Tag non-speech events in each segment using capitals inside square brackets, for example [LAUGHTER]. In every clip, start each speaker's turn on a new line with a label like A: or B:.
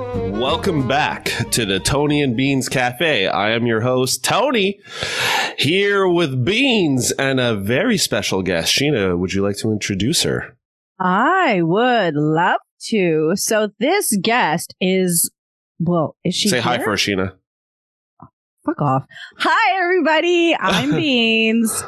A: welcome back to the Tony and Beans Cafe. I am your host, Tony, here with Beans and a very special guest. Sheena, would you like to introduce her?
B: I would love to. So this guest is well, is she
A: Say hi
B: here?
A: for Sheena.
B: Fuck off. Hi everybody.
A: [LAUGHS]
B: I'm Beans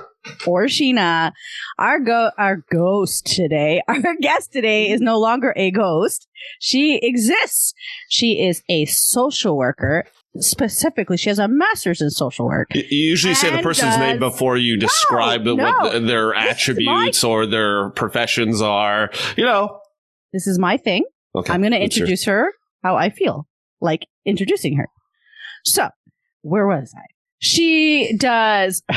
B: or Sheena. Our go our ghost today. [LAUGHS] Our guest today is no longer a ghost. She exists. She is a social worker. Specifically, she has a master's in social work.
A: You usually say the
B: And
A: person's
B: does-
A: name before you describe
B: No,
A: what
B: no.
A: th- their
B: is my-
A: attributes or their professions are. You know.
B: This is my thing.
A: Okay.
B: I'm going to
A: that's your-
B: introduce her how I feel, like introducing her. So, where was I? She does [LAUGHS]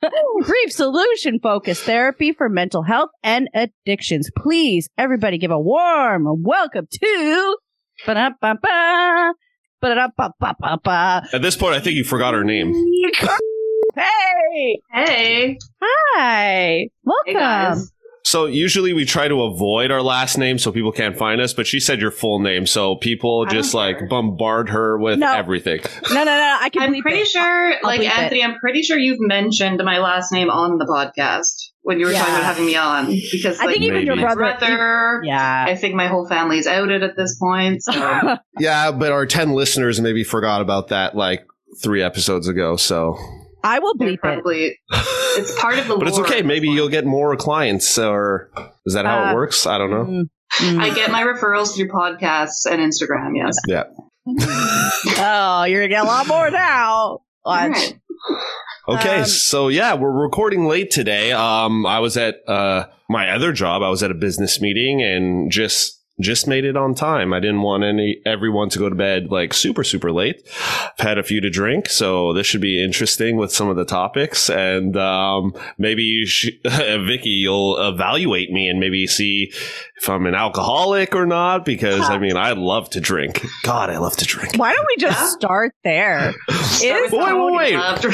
B: brief solution focused therapy for mental health and addictions. Please, everybody, give a warm welcome to. ba-da-ba-ba, ba-da-ba-ba-ba-ba.
A: At this point, I think you forgot her name.
B: Hey!
C: Hey.
B: Hi!
C: Hey,
B: Welcome!
C: guys.
A: So usually we try to avoid our last name so people can't find us, but she said your full name, so people
C: I don't
A: just like
C: care.
A: bombard her with
B: No.
A: everything.
B: no, no, no, I can
C: I'm
B: bleep
C: pretty
B: it.
C: sure, like,
B: bleep it.
C: Anthony, I'm pretty sure you've mentioned my last name on the podcast when you were talking
B: Yeah.
C: about having me on. Because,
B: I
C: like,
B: think even your
A: maybe.
C: my
B: brother.
C: brother,
B: Yeah.
C: I think my whole family's outed at this point.
B: [LAUGHS]
C: So.
A: Yeah, but our ten listeners maybe forgot about that like three episodes ago. So,
B: I will
C: they're
B: bleep it.
C: Probably, it's part of the
A: but it's
C: lore
A: okay.
C: at this
A: Maybe
C: point.
A: you'll get more clients, or is that how
B: Uh,
A: it works? I don't know.
B: Mm, mm.
C: I get my referrals through podcasts and Instagram, yes.
A: Yeah.
B: oh, you're gonna get a lot more now. Watch.
C: Alright.
A: Okay,
B: Um,
A: so yeah, we're recording late today. Um, I was at uh, my other job. I was at a business meeting and just just made it on time. I didn't want any everyone to go to bed like super super late. I've had a few to drink, so this should be interesting with some of the topics. And um, maybe you sh- [LAUGHS] Vicky, you'll evaluate me and maybe see if I'm an alcoholic or not. Because I mean, I love to drink. God, I love to drink.
B: Why don't we just
C: Yeah.
B: start there? is-
A: Wait, wait, wait.
C: After-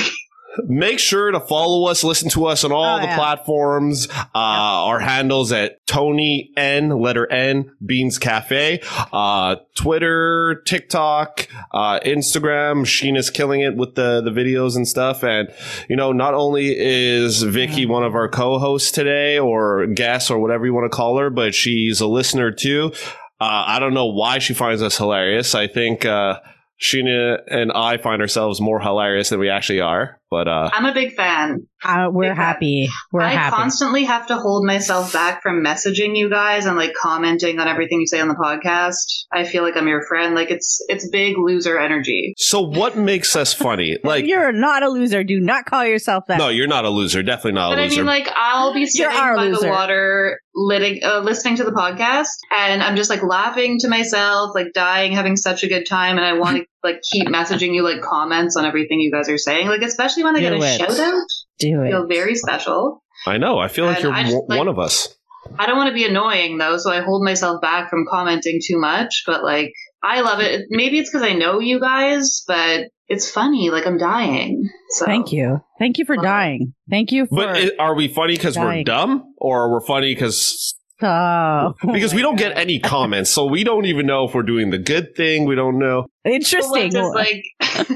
A: Make sure to follow us, listen to us on all
B: Oh,
A: the
B: yeah.
A: platforms. Uh, Our handles at Tony N, letter N, Beans Cafe, uh, Twitter, TikTok, uh, Instagram. Sheena's killing it with the, the videos and stuff. And, you know, not only is Vicky one of our co hosts today or guest or whatever you want to call her, but she's a listener too. Uh, I don't know why she finds us hilarious. I think, uh, Sheena and I find ourselves more hilarious than we actually are, but uh,
C: [LAUGHS] I'm a big fan.
B: Uh, we're
C: Yeah.
B: happy. We're
C: I
B: happy.
C: constantly have to hold myself back from messaging you guys and like commenting on everything you say on the podcast. I feel like I'm your friend. Like it's it's big loser energy.
A: So what makes us
B: [LAUGHS]
A: funny? Like
B: you're not a loser. Do not call yourself that.
A: no, you're not a loser. Definitely not
C: but
A: a
C: I
A: loser.
C: mean, like I'll be sitting
B: our
C: by
B: loser.
C: the water, litting, uh, listening to the podcast, and I'm just like laughing to myself, like dying, having such a good time, and I want to like keep messaging you like comments on everything you guys are saying, like especially when I get
B: Do
C: a
B: it.
C: shout out.
B: Do
C: I
B: it.
C: feel very special.
A: I know. I feel like
C: And
A: you're
C: I just,
A: one-
C: like-
A: one of us.
C: I don't want to be annoying though, so I hold myself back from commenting too much, but like I love it. Maybe it's because I know you guys, but it's funny. Like I'm dying. So
B: Thank you. Thank you for
C: Wow.
B: dying. Thank you for.
A: But i- are we funny because we're
B: Dying.
A: dumb, or we're funny because
B: Oh.
A: because we don't get any comments, so we don't even know if we're doing the good thing. We don't know.
C: But what
B: [LAUGHS] Interesting. Uh,
C: does, like [LAUGHS]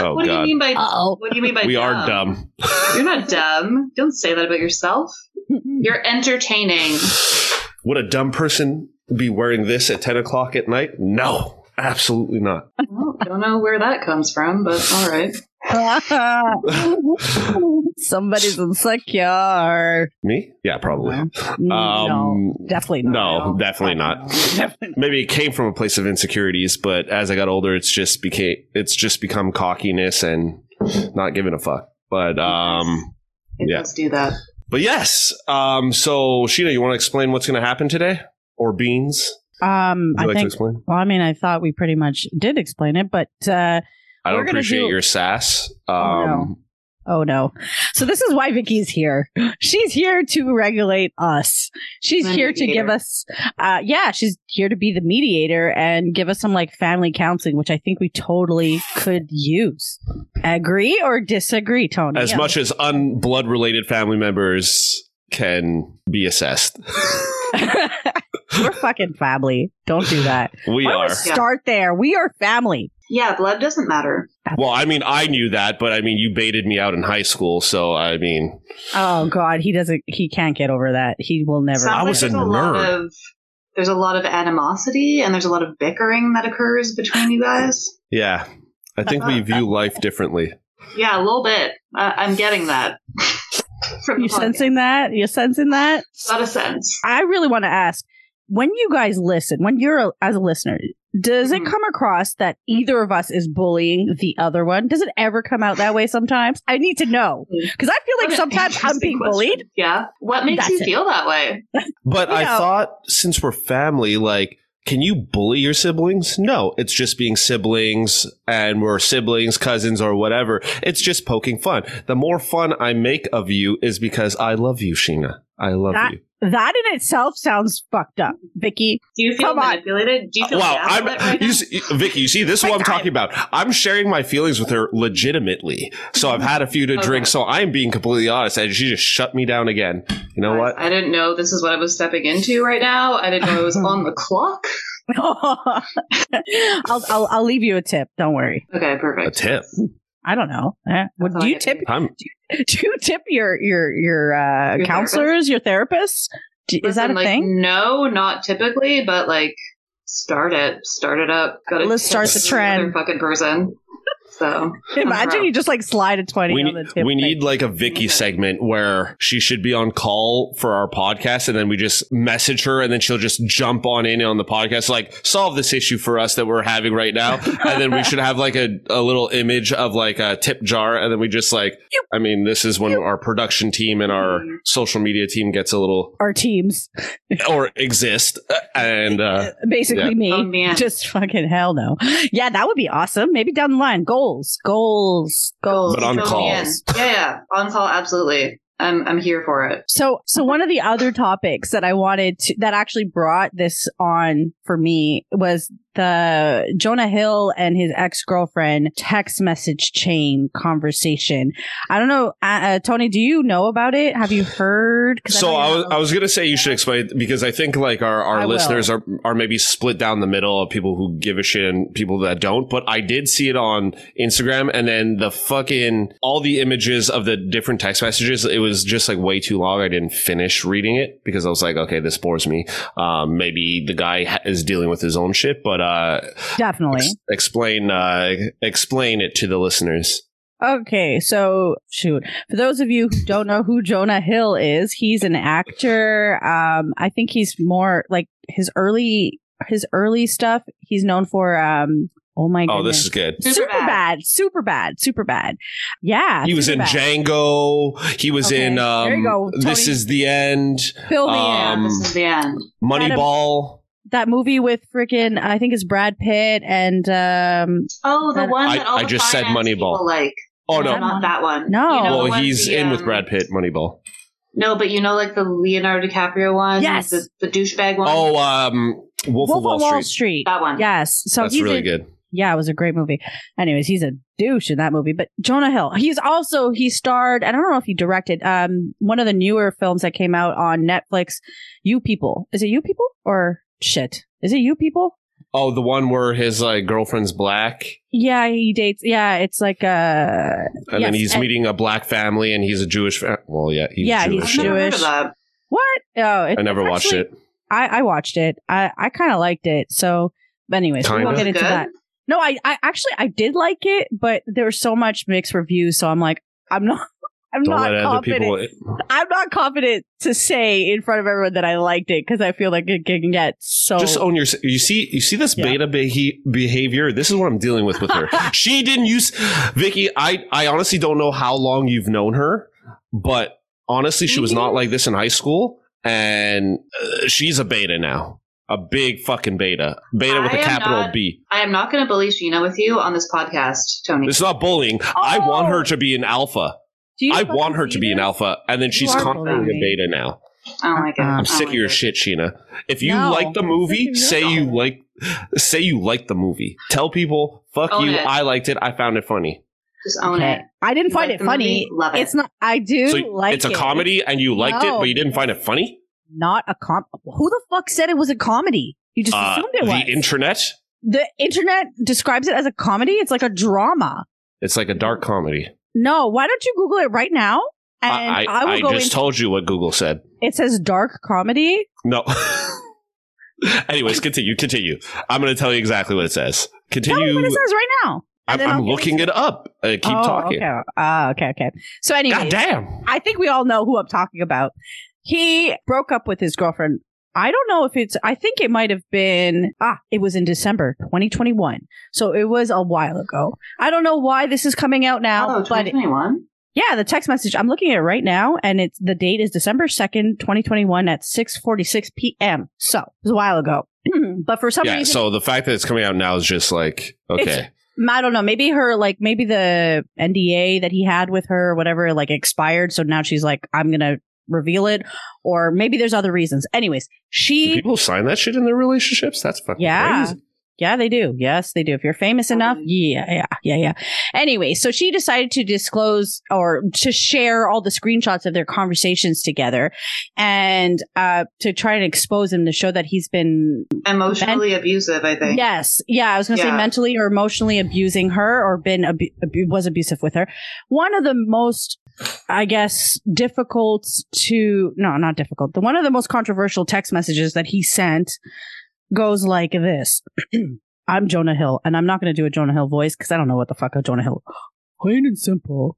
A: Oh
C: what do you
A: God,
C: mean by
B: Uh-oh.
C: what do you mean by
A: we
C: dumb?
A: are dumb.
C: You're not dumb. Don't say that about yourself. You're
A: [LAUGHS]
C: entertaining.
A: Would a dumb person be wearing this at ten o'clock at night? No, absolutely not.
C: Well, I don't know where that comes from, but all right.
B: [LAUGHS] Somebody's insecure.
A: Me? Yeah, probably.
B: no,
A: Um,
B: definitely not.
A: no, definitely not.
B: Definitely not.
A: maybe it came from a place of insecurities, but as I got older, it's just became it's just become cockiness and not giving a fuck. But um,
C: It
A: Yeah.
C: does do that.
A: but yes. Um, so Sheena, you want to explain what's going to happen today, or beans?
B: Um,
A: Would
B: I
A: you like to
B: think.
A: explain?
B: Well, I mean, I thought we pretty much did explain it, but uh,
A: I don't
B: We're gonna
A: appreciate
B: do-
A: your sass. Um,
B: no. Oh no. So this is why Vicky's here. She's here to regulate us. She's
C: The
B: here to give
C: mediator.
B: us uh yeah, she's here to be the mediator and give us some like family counseling, which I think we totally could use. Agree or disagree, Tony?
A: As much as unblood related family members can be assessed.
B: [LAUGHS] We're fucking family. Don't do that.
A: [LAUGHS] [LAUGHS] We
B: Why don't
A: are.
B: Start there. We are family.
C: Yeah, blood doesn't matter.
A: Well, I mean, I knew that, but I mean, you baited me out in high school, so I mean,
B: Oh God, he doesn't. He can't get over that. He will never.
C: Sounds
A: I was
C: there's
A: a
C: lot
A: nerd.
C: of- there's a lot of animosity and there's a lot of bickering that occurs between you guys.
A: yeah. I think
B: [LAUGHS]
A: we view life differently.
C: Yeah, a little bit. Uh, I'm
B: [LAUGHS]
C: getting that. From
B: You
C: the podcast.
B: sensing that? You sensing that?
C: A lot of sense.
B: I really want to ask when you guys listen, when you're a, as a listener, does it
C: Mhm.
B: come across that either of us is bullying the other one? Does it ever come out that way sometimes? I need to know
C: Mm.
B: because I feel like
C: That's an
B: sometimes I'm
C: interesting
B: being
C: question.
B: bullied.
C: Yeah. What makes
B: That's
C: you
B: it.
C: feel that way?
A: But I
B: Yeah.
A: thought since we're family, like, can you bully your siblings? No, it's just being siblings and we're siblings, cousins, or whatever. It's just poking fun. The more fun I make of you is because I love you, Sheena. I love
B: That-
A: you.
B: That in itself sounds fucked up, Vicky. [LAUGHS]
C: Do you feel
B: Come on.
C: manipulated? Do you feel
A: Wow, I'm
C: gaslit right
A: you,
C: now?
A: see, Vicky. You see, this is
B: I
A: what I'm
B: got
A: talking about. I'm sharing my feelings with her legitimately. So I've had a few to
C: [LAUGHS] Okay.
A: drink. So I'm being completely honest, and she just shut me down again. You know what?
C: I didn't know this is what I was stepping into right now. I didn't
A: [LAUGHS]
C: know it was on the clock.
B: I'll, I'll I'll leave you a tip. Don't worry.
C: Okay,
A: A
C: perfect.
A: tip.
B: I don't know. Eh, what,
C: That's all
B: do
C: I
B: you
C: can
B: tip?
C: do.
A: I'm
B: [LAUGHS] Do you tip your your your, uh,
C: Your
B: counselors, your therapists? Do, is that
C: Listen,
B: a
C: like,
B: thing?
C: No, not typically, but like start it. Start it up. Gotta
B: Let's start
C: tip
B: the trend.
C: another Fucking person. So
B: Imagine you just like slide a twenty
A: we
B: on
A: need,
B: the tip.
A: we
B: thing.
A: need like a Vicky
C: Okay.
A: segment where she should be on call for our podcast, and then we just message her, and then she'll just jump on in on the podcast, like solve this issue for us that we're having right now, and then we should have like a, a little image of like a tip jar, and then we just like, I mean, this is when our production team and our social media team gets a little
B: our teams.
A: or exist, uh, and uh,
B: basically me.
C: Oh, man.
B: Just fucking hell no. Yeah, that would be awesome. Maybe down the line, goals, goals, goals.
A: But on
C: Fill me
A: call.
C: in. Yeah, yeah. On call, absolutely. I'm I'm here for it.
B: So, so one of the other topics that I wanted to, that actually brought this on for me was the Jonah Hill and his ex girlfriend text message chain conversation. I don't know, uh, uh, Tony. Do you know about it? Have you heard? 'Cause
A: So
B: know
A: I
B: you're
A: was,
B: not
A: I was gonna say you should explain it because I think like our,
B: I
A: our
B: will.
A: listeners are are maybe split down the middle of people who give a shit and people that don't. But I did see it on Instagram, and then the fucking all the images of the different text messages. It was just like way too long. I didn't finish reading it because I was like, okay, this bores me. Um, maybe the guy ha- is dealing with his own shit, but uh,
B: definitely.
A: ex- explain uh, explain it to the listeners.
B: Okay, so shoot. For those of you who don't know who Jonah Hill is, he's an actor. Um, I think he's more like his early his early stuff. He's known for um. Oh my
A: Oh, this
B: goodness.
A: is good.
B: super bad, super bad, super bad. Yeah,
A: He was in
B: Superbad.
A: Django. He was
B: Okay,
A: in um,
B: there you go,
A: This
B: Tony.
A: Is the End,
B: Fill me in.
A: Um,
C: yeah, this is the end.
A: Moneyball.
B: that movie with freaking I think it's Brad Pitt and um.
C: Oh, the
B: that-
C: one
A: I-
C: that all
A: I
C: the
A: just said
C: finance
A: Moneyball.
C: people Like,
A: Oh
B: Yeah.
A: no!
C: not that one.
B: No.
C: You know the
A: Well,
C: one
A: he's
C: the,
A: in with
C: um,
A: Brad Pitt, Moneyball.
C: No, but you know, like the Leonardo DiCaprio one.
B: Yes.
C: the, the douchebag one.
A: Oh, um, Wolf,
B: Wolf
A: of Wall Street.
C: that one.
B: Yes, so
A: That's
B: he's
A: really
B: in,
A: good.
B: yeah, it was a great movie. Anyways, he's a douche in that movie. But Jonah Hill, he's also he starred. I don't know if he directed um one of the newer films that came out on Netflix. You people, is it you people or shit? Is it you people?
A: Oh, the one where his like girlfriend's black,
B: Yeah, he dates. Yeah, it's like uh
A: and then
B: Yes,
A: he's
B: and-
A: meeting a black family, and he's a Jewish. Fa- well, yeah, he's
B: Yeah, he's
A: Jewish.
C: I've never heard
B: Jewish.
C: of that.
B: what? Oh, it,
A: I never
B: it's
A: watched
B: actually-
A: it.
B: I I watched it. I I kind of liked it. So, but anyways, we won't
A: Kinda?
B: get into
C: Good?
B: that. No, I I actually I did like it, but there was so much mixed reviews. So I'm like, I'm not. [LAUGHS] I'm
A: Don't
B: not
A: let other
B: confident.
A: people.
B: I'm not confident to say in front of everyone that I liked it because I feel like it can get so.
A: Just own your. You see, you see this
B: Yeah.
A: beta behe- behavior. This is what I'm dealing with with
B: [LAUGHS]
A: her. she didn't use Vicky. I I honestly don't know how long you've known her, but honestly, she was
B: Mm-hmm.
A: not like this in high school, and uh, she's a beta now. A big fucking beta, beta with
C: I
A: a
C: am
A: capital
C: not-
A: B.
C: I am not going to bully Sheena with you on this podcast, Tony.
A: It's not bullying. I
B: Oh!
A: want her to be an alpha.
B: Do you
A: I
B: fucking
A: want her to
B: see
A: be an
B: this?
A: alpha, and then she's
B: are
A: constantly a
B: bullying me.
A: beta now.
C: I don't like it.
B: Uh-uh.
C: I
A: I'm
C: don't
A: sick
C: like
A: of your
C: it.
A: shit, Sheena. If you
B: No.
A: like the
B: Sick
A: movie,
B: of
A: say
B: yours.
A: you like say you like the movie. Tell people, fuck
C: Own
A: you,
C: it.
A: I liked it, I found it funny.
C: Just own
B: Okay.
C: it.
B: I didn't
C: You
B: find
C: like
B: it
C: the
B: funny.
C: movie? Love it.
B: It's not. I do
A: so
B: like.
A: it's a
B: it.
A: comedy and you liked it,
B: No.
A: but you didn't find it funny?
B: not a com. Who the fuck said it was a comedy? You just
A: Uh,
B: assumed it was.
A: the internet.
B: the internet describes it as a comedy. It's like a drama.
A: It's like a dark comedy.
B: No, why don't you Google it right now? And I,
A: I, I,
B: will
A: I
B: go
A: just
B: into.
A: told you what Google said.
B: it says dark comedy.
A: No. [LAUGHS] Anyways, continue. Continue. I'm going to tell you exactly what it says.
B: Tell me
A: Continue.
B: what it says right now.
A: I'm,
B: and then
A: I'm
B: I'll get
A: looking it up. Uh, keep
B: Oh,
A: talking.
B: Okay. Ah, okay. Okay. So
A: God
B: anyway,
A: damn.
B: I think we all know who I'm talking about. He broke up with his girlfriend. I don't know if it's, I think it might have been, ah, it was in December 2021. So it was a while ago. I don't know why this is coming out now,
C: Oh,
B: but
C: 2021?
B: yeah, the text message, I'm looking at it right now and it's, the date is December 2nd, 2021 at 6.46 PM. So it was a while ago. [CLEARS THROAT] but for some
A: Yeah.
B: reason,
A: So the fact that it's coming out now is just like, okay.
B: I don't know. Maybe her, like, maybe the NDA that he had with her or whatever, like, expired. So now she's like, I'm going to reveal it. Or maybe there's other reasons. Anyways,
A: Do
B: she,
A: people sign that shit in their relationships? That's fucking
B: Yeah.
A: crazy. Oh.
B: yeah, they do. Yes, they do. If you're famous enough.
C: Totally.
B: Yeah, yeah, yeah, yeah. Anyway, so she decided to disclose or to share all the screenshots of their conversations together and uh, to try and expose him to show that he's been
C: Emotionally abusive, I think.
B: Yes. Yeah. I was going to say
C: Yeah.
B: mentally or emotionally abusing her or been abu- abu- was abusive with her. One of the most, I guess, difficult to, no, not difficult. The one of the most controversial text messages that he sent goes like this. [CLEARS THROAT] I'm Jonah Hill and I'm not going to do a Jonah Hill voice because I don't know what the fuck a Jonah Hill. [GASPS] Plain and simple.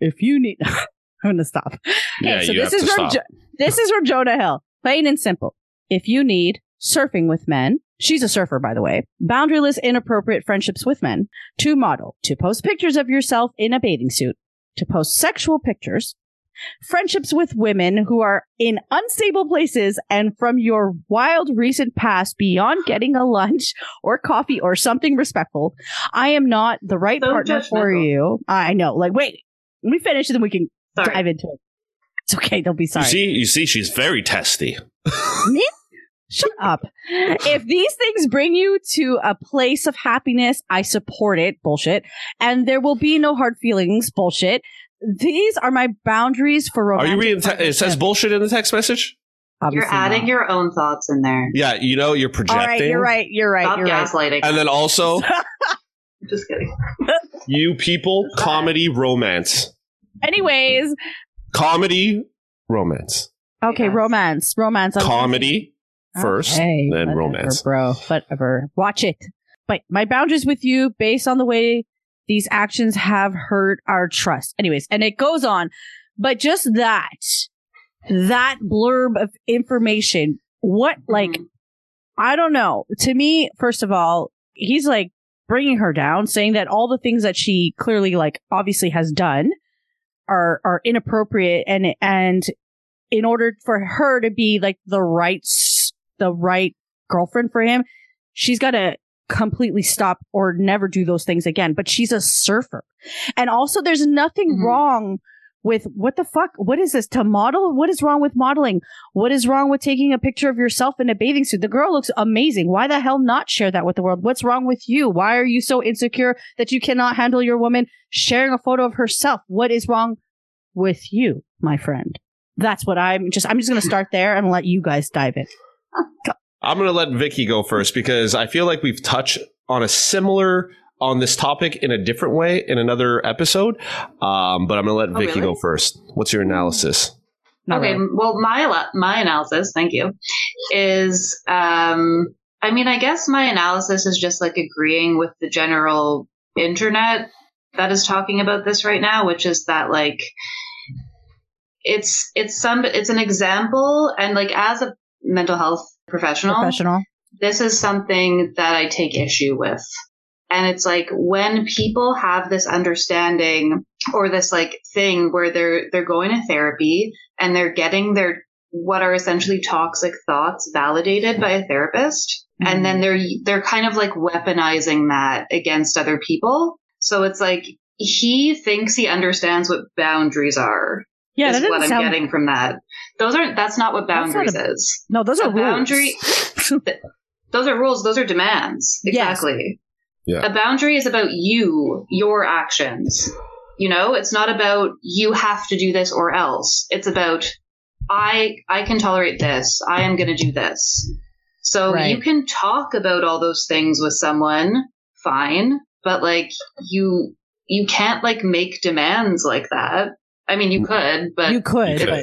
B: If you need, [LAUGHS] I'm going to stop.
A: Yeah.
B: so
A: you
B: this
A: have
B: is
A: to
B: from
A: stop.
B: jo- this is from Jonah Hill. Plain and simple. If you need surfing with men, she's a surfer, by the way. Boundaryless, inappropriate friendships with men. To model, to post pictures of yourself in a bathing suit, to post sexual pictures, friendships with women who are in unstable places and from your wild recent past beyond getting a lunch or coffee or something respectful. I am not the right
C: So
B: partner for
C: judgmental.
B: you. I know. Like, wait, let me finish and then we can
C: Sorry.
B: dive into it. It's okay. Don't be
A: you
B: sorry.
A: see, you see, she's very testy.
B: Shut up. If these things bring you to a place of happiness, I support it. Bullshit. And there will be no hard feelings. Bullshit. These are my boundaries for
A: Are
B: romantic.
A: you reading? Te- it
B: partnerships.
A: says bullshit in the text message.
C: You're
B: Obviously
C: adding
B: not.
C: your own thoughts in there.
A: Yeah. You know, you're
B: All
A: projecting.
B: right. You're right. You're right.
C: Stop
B: you're right.
C: gaslighting.
A: And then
B: [LAUGHS]
A: also,
C: Just kidding.
A: you people, comedy, romance,
B: Anyways.
A: comedy, romance,
B: Okay.
C: Yes.
B: Romance. Romance. I'm gonna
A: comedy
B: say-
A: first,
B: Okay,
A: then
B: whatever,
A: romance.
B: Bro. Whatever. Watch it. But my boundaries with you based on the way these actions have hurt our trust. Anyways, and it goes on, but just that, that blurb of information, what, like,
C: Mhm.
B: I don't know. To me, first of all, he's like bringing her down, saying that all the things that she clearly, like, obviously has done are, are inappropriate and, and in order for her to be like the right, s- the right girlfriend for him, she's got to completely stop or never do those things again. But she's a surfer. And also, there's nothing
C: Mhm.
B: wrong with what the fuck? What is this? To model? What is wrong with modeling? What is wrong with taking a picture of yourself in a bathing suit? The girl looks amazing. Why the hell not share that with the world? What's wrong with you? Why are you so insecure that you cannot handle your woman sharing a photo of herself? What is wrong with you, my friend? That's what I'm just, I'm just going to start there and let you guys dive in.
A: I'm going to let Vicky go first because I feel like we've touched on a similar on this topic in a different way in another episode. Um, but I'm going to let
C: Oh,
A: Vicky
C: really?
A: go first. What's your analysis?
B: Not
C: okay.
B: really.
C: Well, my ala- my analysis, thank you, is um, I mean, I guess my analysis is just like agreeing with the general internet that is talking about this right now, which is that like it's it's some it's an example, and like as a mental health professional,
B: Professional.
C: this is something that I take issue with. And it's like when people have this understanding or this like thing where they're they're going to therapy and they're getting their what are essentially toxic thoughts validated by a therapist
B: Mhm.
C: and then they're they're kind of like weaponizing that against other people. So it's like he thinks he understands what boundaries are.
B: Yeah,
C: is
B: that
C: what
B: doesn't
C: I'm
B: sound.
C: getting from that. Those aren't that's not what
B: That's not a-
C: boundaries is
B: no, those are
C: a
B: rules.
C: boundary. th- those are rules. Those are demands.
B: Yes.
C: Exactly.
A: Yeah.
C: A boundary is about you, your actions. You know, it's not about you have to do this or else. It's about I I can tolerate this. I am going to do this. So
B: Right.
C: you can talk about all those things with someone, fine, but like you you can't like make demands like that. I mean, you could,
B: [LAUGHS]
C: but
B: you could,
A: You
B: but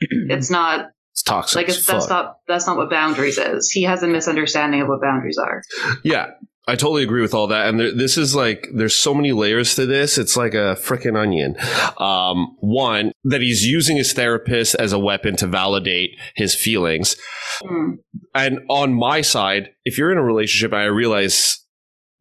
A: could.
C: it's not
A: It's toxic.
C: like
A: as
C: it's, that's
A: fuck.
C: not that's not what boundaries is. He has a misunderstanding of what boundaries are.
A: Yeah, I totally agree with all that. And there, this is like, there's so many layers to this. It's like a freaking onion. Um, one, that he's using his therapist as a weapon to validate his feelings.
C: Hmm.
A: And on my side, if you're in a relationship, I realize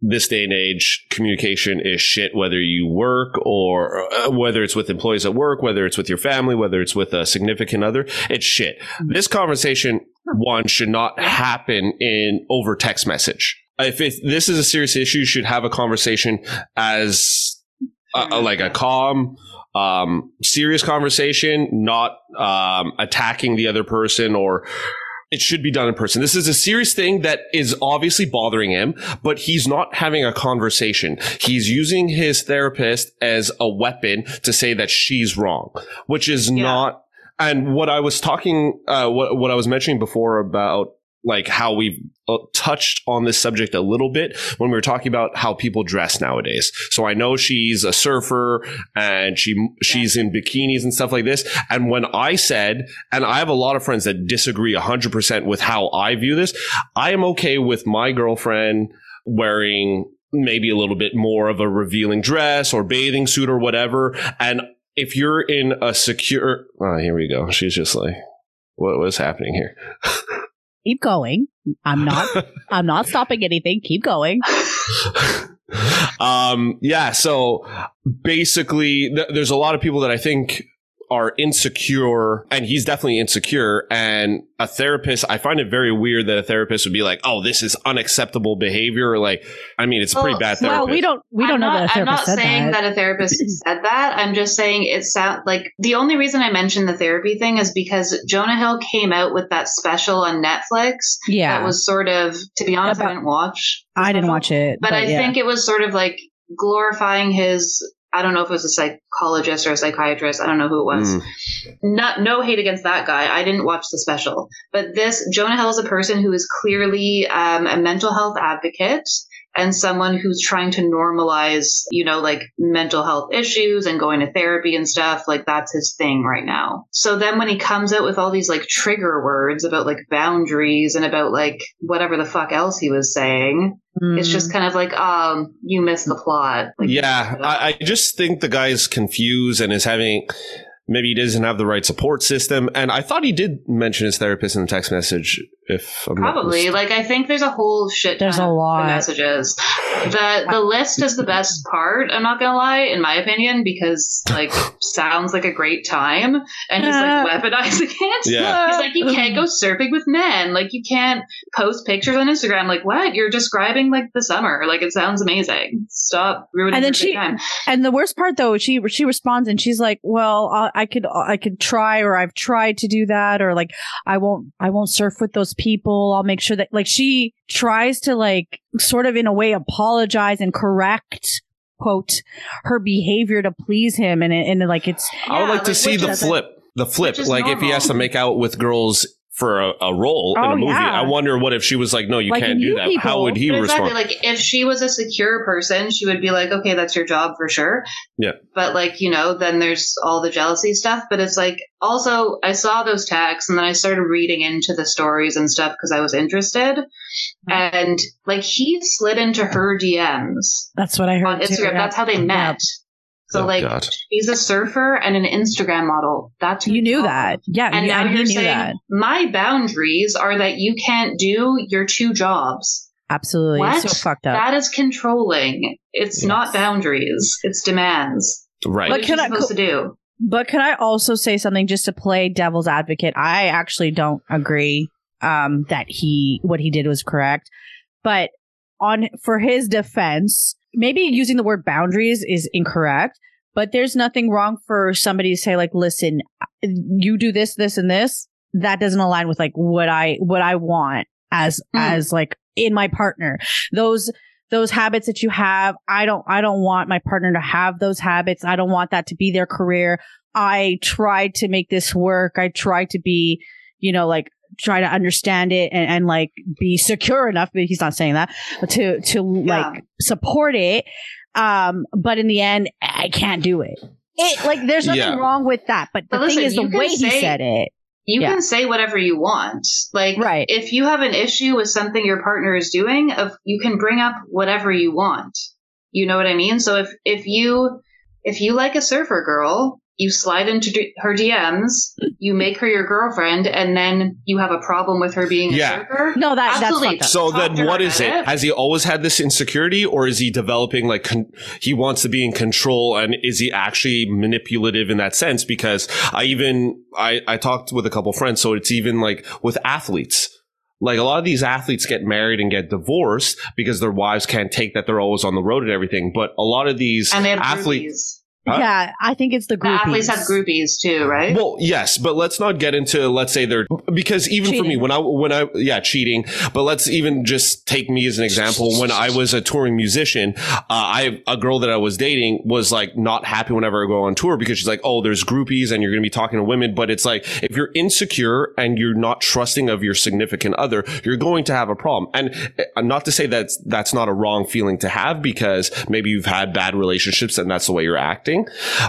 A: this day and age, communication is shit, whether you work or uh, whether it's with employees at work, whether it's with your family, whether it's with a significant other, it's shit. This conversation, one, should not happen in over text message. If it, this is a serious issue, you should have a conversation as uh, like a calm, um, serious conversation, not um, attacking the other person or it should be done in person. This is a serious thing that is obviously bothering him, but he's not having a conversation. He's using his therapist as a weapon to say that she's wrong, which is
C: Yeah.
A: not. And what I was talking, uh, what, what I was mentioning before about like how we've uh, touched on this subject a little bit when we were talking about how people dress nowadays. So I know she's a surfer and she she's in bikinis and stuff like this. And when I said, and I have a lot of friends that disagree 100% with how I view this, I am okay with my girlfriend wearing maybe a little bit more of a revealing dress or bathing suit or whatever. And if you're in a secure, oh, here we go. She's just like, what was happening here?
B: keep going. I'm
A: [LAUGHS]
B: not. I'm not stopping anything. Keep going.
A: um, yeah, so basically, th- there's a lot of people that I think are insecure, and he's definitely insecure. And a therapist, I find it very weird that a therapist would be like, "Oh, this is unacceptable behavior." Like, I mean, it's a pretty
C: Well,
A: bad therapist.
B: Well, we don't. We
C: I'm
B: don't know that
C: not,
B: a
C: I'm
B: therapist
C: not
B: said
C: saying
B: that.
C: that. a therapist
B: [CLEARS THROAT]
C: said that. I'm just saying it sound like the only reason I mentioned the therapy thing is because Jonah Hill came out with that special on Netflix.
B: yeah,
C: That was sort of, to be honest,
B: About-
C: I didn't watch,
B: I didn't watch it,
C: but, I
B: yeah.
C: think it was sort of like glorifying his. I don't know if it was a psychologist or a psychiatrist. I don't know who it was.
A: Mm.
C: not no hate against that guy. I didn't watch the special, but this Jonah Hill is a person who is clearly um, a mental health advocate and someone who's trying to normalize, you know, like mental health issues and going to therapy and stuff. Like that's his thing right now. So then when he comes out with all these like trigger words about like boundaries and about like whatever the fuck else he was saying,
B: Mm.
C: it's just kind of like, um, you missed the plot. Like,
A: yeah, I, I just think the guy's confused and is having maybe he doesn't have the right support system. And I thought he did mention his therapist in the text message. If I'm not
C: Probably.
A: mistaken.
C: Like I think there's a whole shit.
B: There's
C: ton
B: a
C: of
B: lot.
C: messages. The the list is the best part. I'm not gonna lie, in my opinion, because
A: [LAUGHS]
C: like sounds like a great time, and he's like weaponizing it.
A: yeah.
C: He's like, you can't go surfing with men. Like you can't post pictures on Instagram. Like what? You're describing like the summer. Like it sounds amazing. Stop ruining.
B: And then
C: your
B: she-
C: good time.
B: And the worst part though, she she responds and she's like, "Well, I, I could I could try, or I've tried to do that, or like I won't I won't surf with those people. I'll make sure that like she tries to like sort of in a way apologize and correct quote her behavior to please him, and it, and like it's
A: I would
C: Yeah,
A: like to
C: like,
A: see
C: which
A: the
C: doesn't-
A: flip. The flip.
C: which is
A: Like if he
C: normal.
A: has to make out with girls for a, a role in
B: Oh,
A: a movie,
B: yeah.
A: I wonder what if she was like, no, you
B: Like,
A: can't
B: in
A: do
B: You
A: that. How
B: People.
A: would he
C: But exactly.
A: respond?
C: Like if she was a secure person, she would be like, okay, that's your job for sure.
A: Yeah.
C: But like you know, then there's all the jealousy stuff. But it's like also I saw those tags and then I started reading into the stories and stuff because I was interested.
B: Mm-hmm.
C: And like he slid into her DMs
B: that's what I heard
C: on
B: too,
C: Instagram.
B: yeah.
C: That's how they met. So
A: Oh,
C: like
A: God.
C: he's a surfer and an Instagram model. That's her
B: you knew
C: job.
B: that, yeah,
C: And
B: you,
C: now
B: and he
C: you're
B: knew
C: saying
B: that
C: my boundaries are that you can't do your two jobs.
B: absolutely
C: What?
B: so fucked up.
C: That is controlling. It's
B: Yes.
C: not boundaries. It's demands.
A: right.
B: But
C: What are you
B: can I-
C: supposed to do?
B: But can I also say something just to play devil's advocate? I actually don't agree um, that he what he did was correct, but on for his defense, maybe using the word boundaries is incorrect. But there's nothing wrong for somebody to say like, "Listen, you do this, this, and this. That doesn't align with like what I what I want as
C: Mm.
B: as like in my partner. Those those habits that you have i don't i don't want my partner to have those habits i don't want that to be their career I tried to make this work. I tried to be, you know, like try to understand it and, and like be secure enough, but he's not saying that to, to
C: Yeah.
B: like support it. Um, but in the end, I can't do it. It like there's nothing
A: Yeah.
B: wrong with that. But the
C: But listen,
B: thing is
C: you
B: the
C: can
B: way he
C: say-
B: said it.
C: You
B: Yeah.
C: can say whatever you want. Like
B: Right.
C: if you have an issue with something your partner is doing, of you can bring up whatever you want. You know what I mean? So if if you if you like a surfer girl, you slide into d- her DMs, you make her your girlfriend, and then you have a problem with her being
A: Yeah.
C: a surfer.
B: No, that, that's
C: Absolutely.
B: fucked up.
A: So
C: Talk to
A: then
C: her
A: what is it?
C: about it.
A: Has he always had this insecurity or is he developing like con- he wants to be in control and is he actually manipulative in that sense because I even I I talked with a couple friends so it's even like with athletes. Like a lot of these athletes get married and get divorced because their wives can't take that they're always on the road and everything, but a lot of these
C: And they have
A: athletes
C: groupies.
A: Huh?
B: Yeah, I think it's the
C: The
B: groupies.
C: athletes have groupies too, right?
A: Well, yes, but let's not get into let's say they're because even for me
B: Cheating.
A: when I when I yeah cheating, but let's even just take me as an example. When I was a touring musician, uh, I a girl that I was dating was like not happy whenever I go on tour because she's like, oh, there's groupies and you're going to be talking to women, but it's like if you're insecure and you're not trusting of your significant other, you're going to have a problem. And uh, not to say that that's not a wrong feeling to have because maybe you've had bad relationships and that's the way you're acting.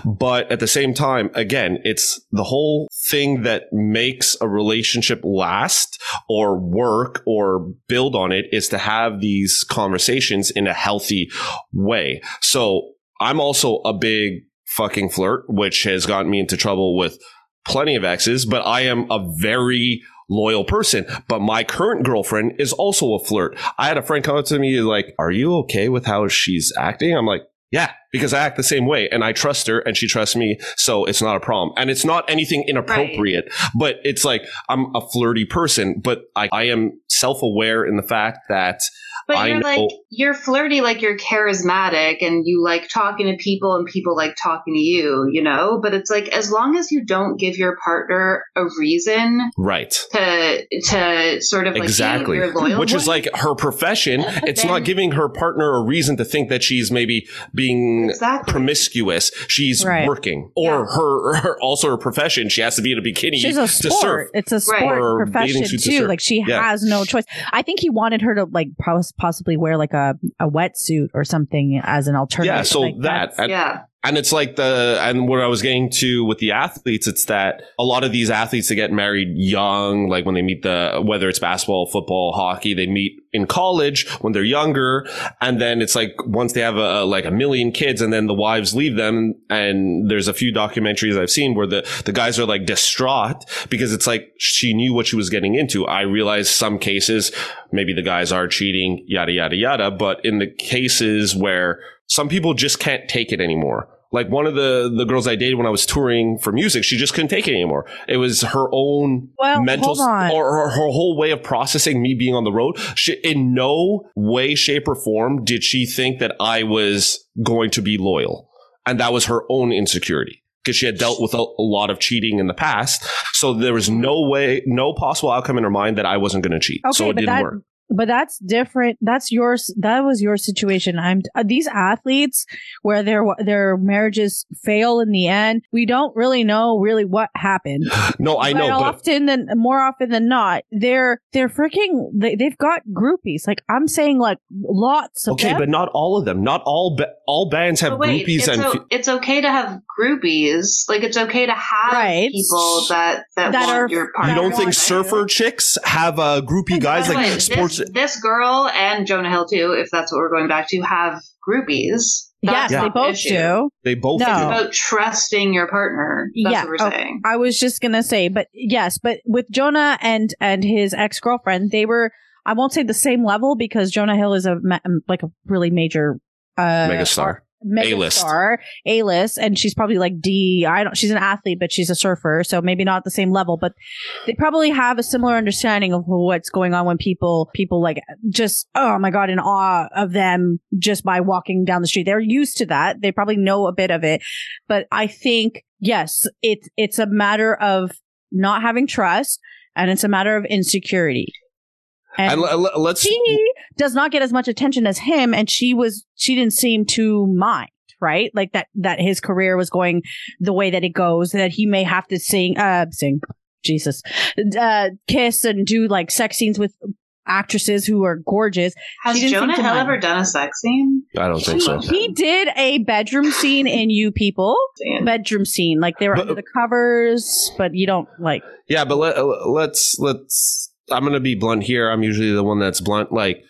A: But at the same time, again, it's the whole thing that makes a relationship last or work or build on it is to have these conversations in a healthy way. So I'm also a big fucking flirt, which has gotten me into trouble with plenty of exes, but I am a very loyal person. But my current girlfriend is also a flirt. I had a friend come up to me like, Are you okay with how she's acting? I'm like, yeah, because I act the same way and I trust her and she trusts me. So it's not a problem. And it's not anything inappropriate, but it's like I'm a flirty person, but I, I am self aware in the fact that
C: But
A: I
C: you're
A: know-
C: like you're flirty, like you're charismatic, and you like talking to people, and people like talking to you, you know. But it's like as long as you don't give your partner a reason
A: right.
C: to to sort of like
A: Exactly.
C: be your loyal,
A: Which is like her
B: [LAUGHS]
A: profession. It's not
C: Then-
A: giving her partner a reason to think that she's maybe being
C: [LAUGHS] exactly.
A: promiscuous. She's
B: Right.
A: working or her, her also her profession. She has to be in a bikini
B: She's a
A: to surf.
B: sport. It's a sport
A: Or
B: profession
A: bathing suit to
B: too.
A: surf.
B: Like she
A: Yeah.
B: has no choice. I think he wanted her to like pos- possibly wear like a, a wetsuit or something as an alternative.
A: Yeah. So
B: Like,
A: that,
B: that's-
A: and-
C: yeah,
A: And it's like the and what I was getting to with the athletes, it's that a lot of these athletes that get married young, like when they meet the whether it's basketball, football, hockey, they meet in college when they're younger, and then it's like once they have a, like a million kids, and then the wives leave them, and there's a few documentaries I've seen where the the guys are like distraught because it's like she knew what she was getting into. I realize some cases maybe the guys are cheating, yada yada yada, but in the cases where some people just can't take it anymore. Like one of the the girls I dated when I was touring for music, she just couldn't take it anymore. It was her own
B: well,
A: mental
B: Oh, hold on.
A: or her, her whole way of processing me being on the road. She, in no way, shape, or form did she think that I was going to be loyal, and that was her own insecurity because she had dealt with a, a lot of cheating in the past. So there was no way, no possible outcome in her mind that I wasn't going to cheat.
B: Okay,
A: so it
B: but
A: didn't
B: that-
A: work.
B: but that's different. That's yours. That was your situation. I'm uh, these athletes where their their marriages fail in the end. We don't really know really what happened.
A: No, [LAUGHS] I know, but
B: often than more often than not, they're they're freaking. They, they've got groupies. Like I'm saying, like lots of
A: Okay,
B: them.
A: but not all of them. Not all ba- all bands have
C: But wait,
A: groupies
C: it's,
A: and
C: o- it's okay to have groupies. Like it's okay to have
B: Right.
C: people that that,
B: That
C: want
B: are-
C: your
A: you
C: partner.
A: don't think
B: want
A: surfer chicks have uh, groupie
C: By
A: guys
C: the
A: like
C: way,
A: sports?
C: This, this girl and Jonah Hill too, if that's what we're going back to, have groupies.
B: yes,
C: That's
A: Yeah.
B: they
C: not an
B: both
C: issue.
B: do.
A: they both
B: No.
A: do.
C: It's about trusting your partner. That's
B: Oh. Yeah,
C: what we're
B: oh,
C: saying.
B: I was just gonna say, but yes, but with Jonah and and his ex girlfriend, they were. I won't say the same level because Jonah Hill is a ma- um, like a really major uh,
A: Megastar.
B: mega
A: A-list.
B: star, A list, and she's probably like D. I don't. She's an athlete, but she's a surfer, so maybe not at the same level. But they probably have a similar understanding of what's going on when people people like just oh my god in awe of them just by walking down the street. They're used to that. They probably know a bit of it, but I think yes, it's it's a matter of not having trust, and it's a matter of insecurity.
A: And l- l- let's
B: she does not get as much attention as him, and she was she didn't seem to mind right? Like that that his career was going the way that it goes, that he may have to sing uh sing Jesus. Uh kiss and do like sex scenes with actresses who are gorgeous.
C: Has
B: She didn't
C: Jonah
B: seem to
C: Hill
B: mind.
C: ever done a sex scene?
A: I don't think so.
B: He did a bedroom scene in You People. Bedroom scene. Like they were
A: But- uh,
B: under the covers, but you don't like
A: Yeah, but let, uh, let's let's. I'm gonna be blunt here. I'm usually the one that's blunt. Like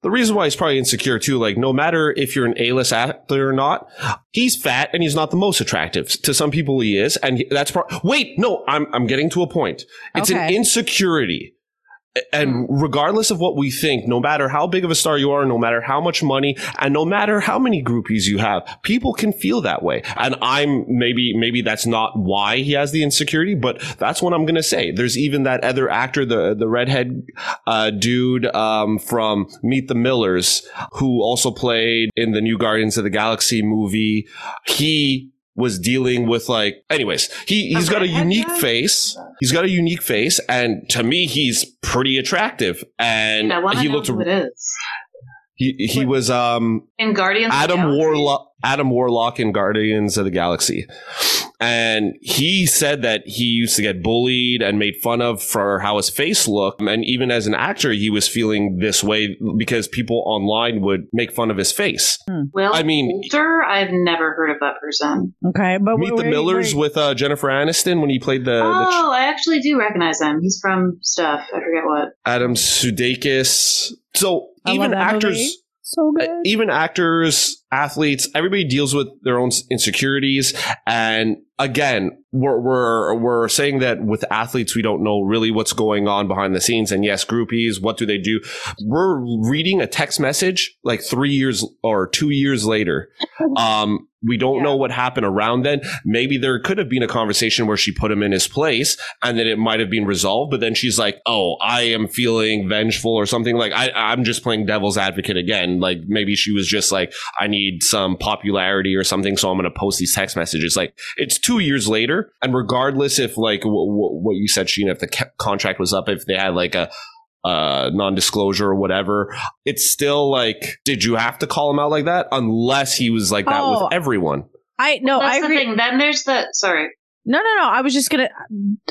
A: the reason why he's probably insecure too. Like no matter if you're an A-list actor or not, he's fat and he's not the most attractive. To some people, he is, and he- that's part. Wait, no, I'm I'm getting to a point. It's an
B: Okay.
A: insecurity. A- And regardless of what we think, no matter how big of a star you are, no matter how much money, and no matter how many groupies you have, people can feel that way. And I'm maybe maybe that's not why he has the insecurity, but that's what I'm gonna say. There's even that other actor, the the redhead uh, dude um, from Meet the Millers, who also played in the new Guardians of the Galaxy movie. He was dealing with like, anyways, he he's
C: A
A: got a
C: redhead
A: unique
C: guy?
A: face. He's got a unique face, and to me, he's pretty attractive. And
C: I want
A: he
C: to know
A: looked
C: who it is.
A: he he was um
C: In Guardians of the
A: Adam
C: Galaxy?
A: Warlock, Adam Warlock in Guardians of the Galaxy, and he said that he used to get bullied and made fun of for how his face looked, and even as an actor, he was feeling this way because people online would make fun of his face.
B: Oh,
C: Will
A: I mean-
C: Poulter? I've never heard of that person.
B: Okay. But
A: Meet the Millers with uh, Jennifer Aniston when he played Uh, the, the ch-
C: oh, I actually do recognize him. He's from stuff. I forget what.
A: Adam Sudeikis. So
B: I
A: even
B: love that
A: actors.
B: movie. so
A: Uh,
B: good.
A: even actors, athletes, everybody deals with their own s- insecurities. And again, we're, we're, we're saying that with athletes, we don't know really what's going on behind the scenes. And yes, groupies, what do they do? We're reading a text message like three years or two years later. Um, we don't
B: Yeah.
A: know what happened around then. Maybe there could have been a conversation where she put him in his place and then it might have been resolved. But then she's like, "Oh, I am feeling vengeful or something." Like I, I'm just playing devil's advocate again. Like maybe she was just like, "I need some popularity or something, so I'm going to post these text messages." Like it's two years later, and regardless if like w- what you said, Sheena, if the ca- contract was up, if they had like a uh non-disclosure or whatever it's still like did you have to call him out like that unless he was like that
B: Oh.
A: with everyone
B: I no,
C: That's
B: I
C: the
B: agree.
C: thing. Then there's the sorry.
B: No, no, no. I was just gonna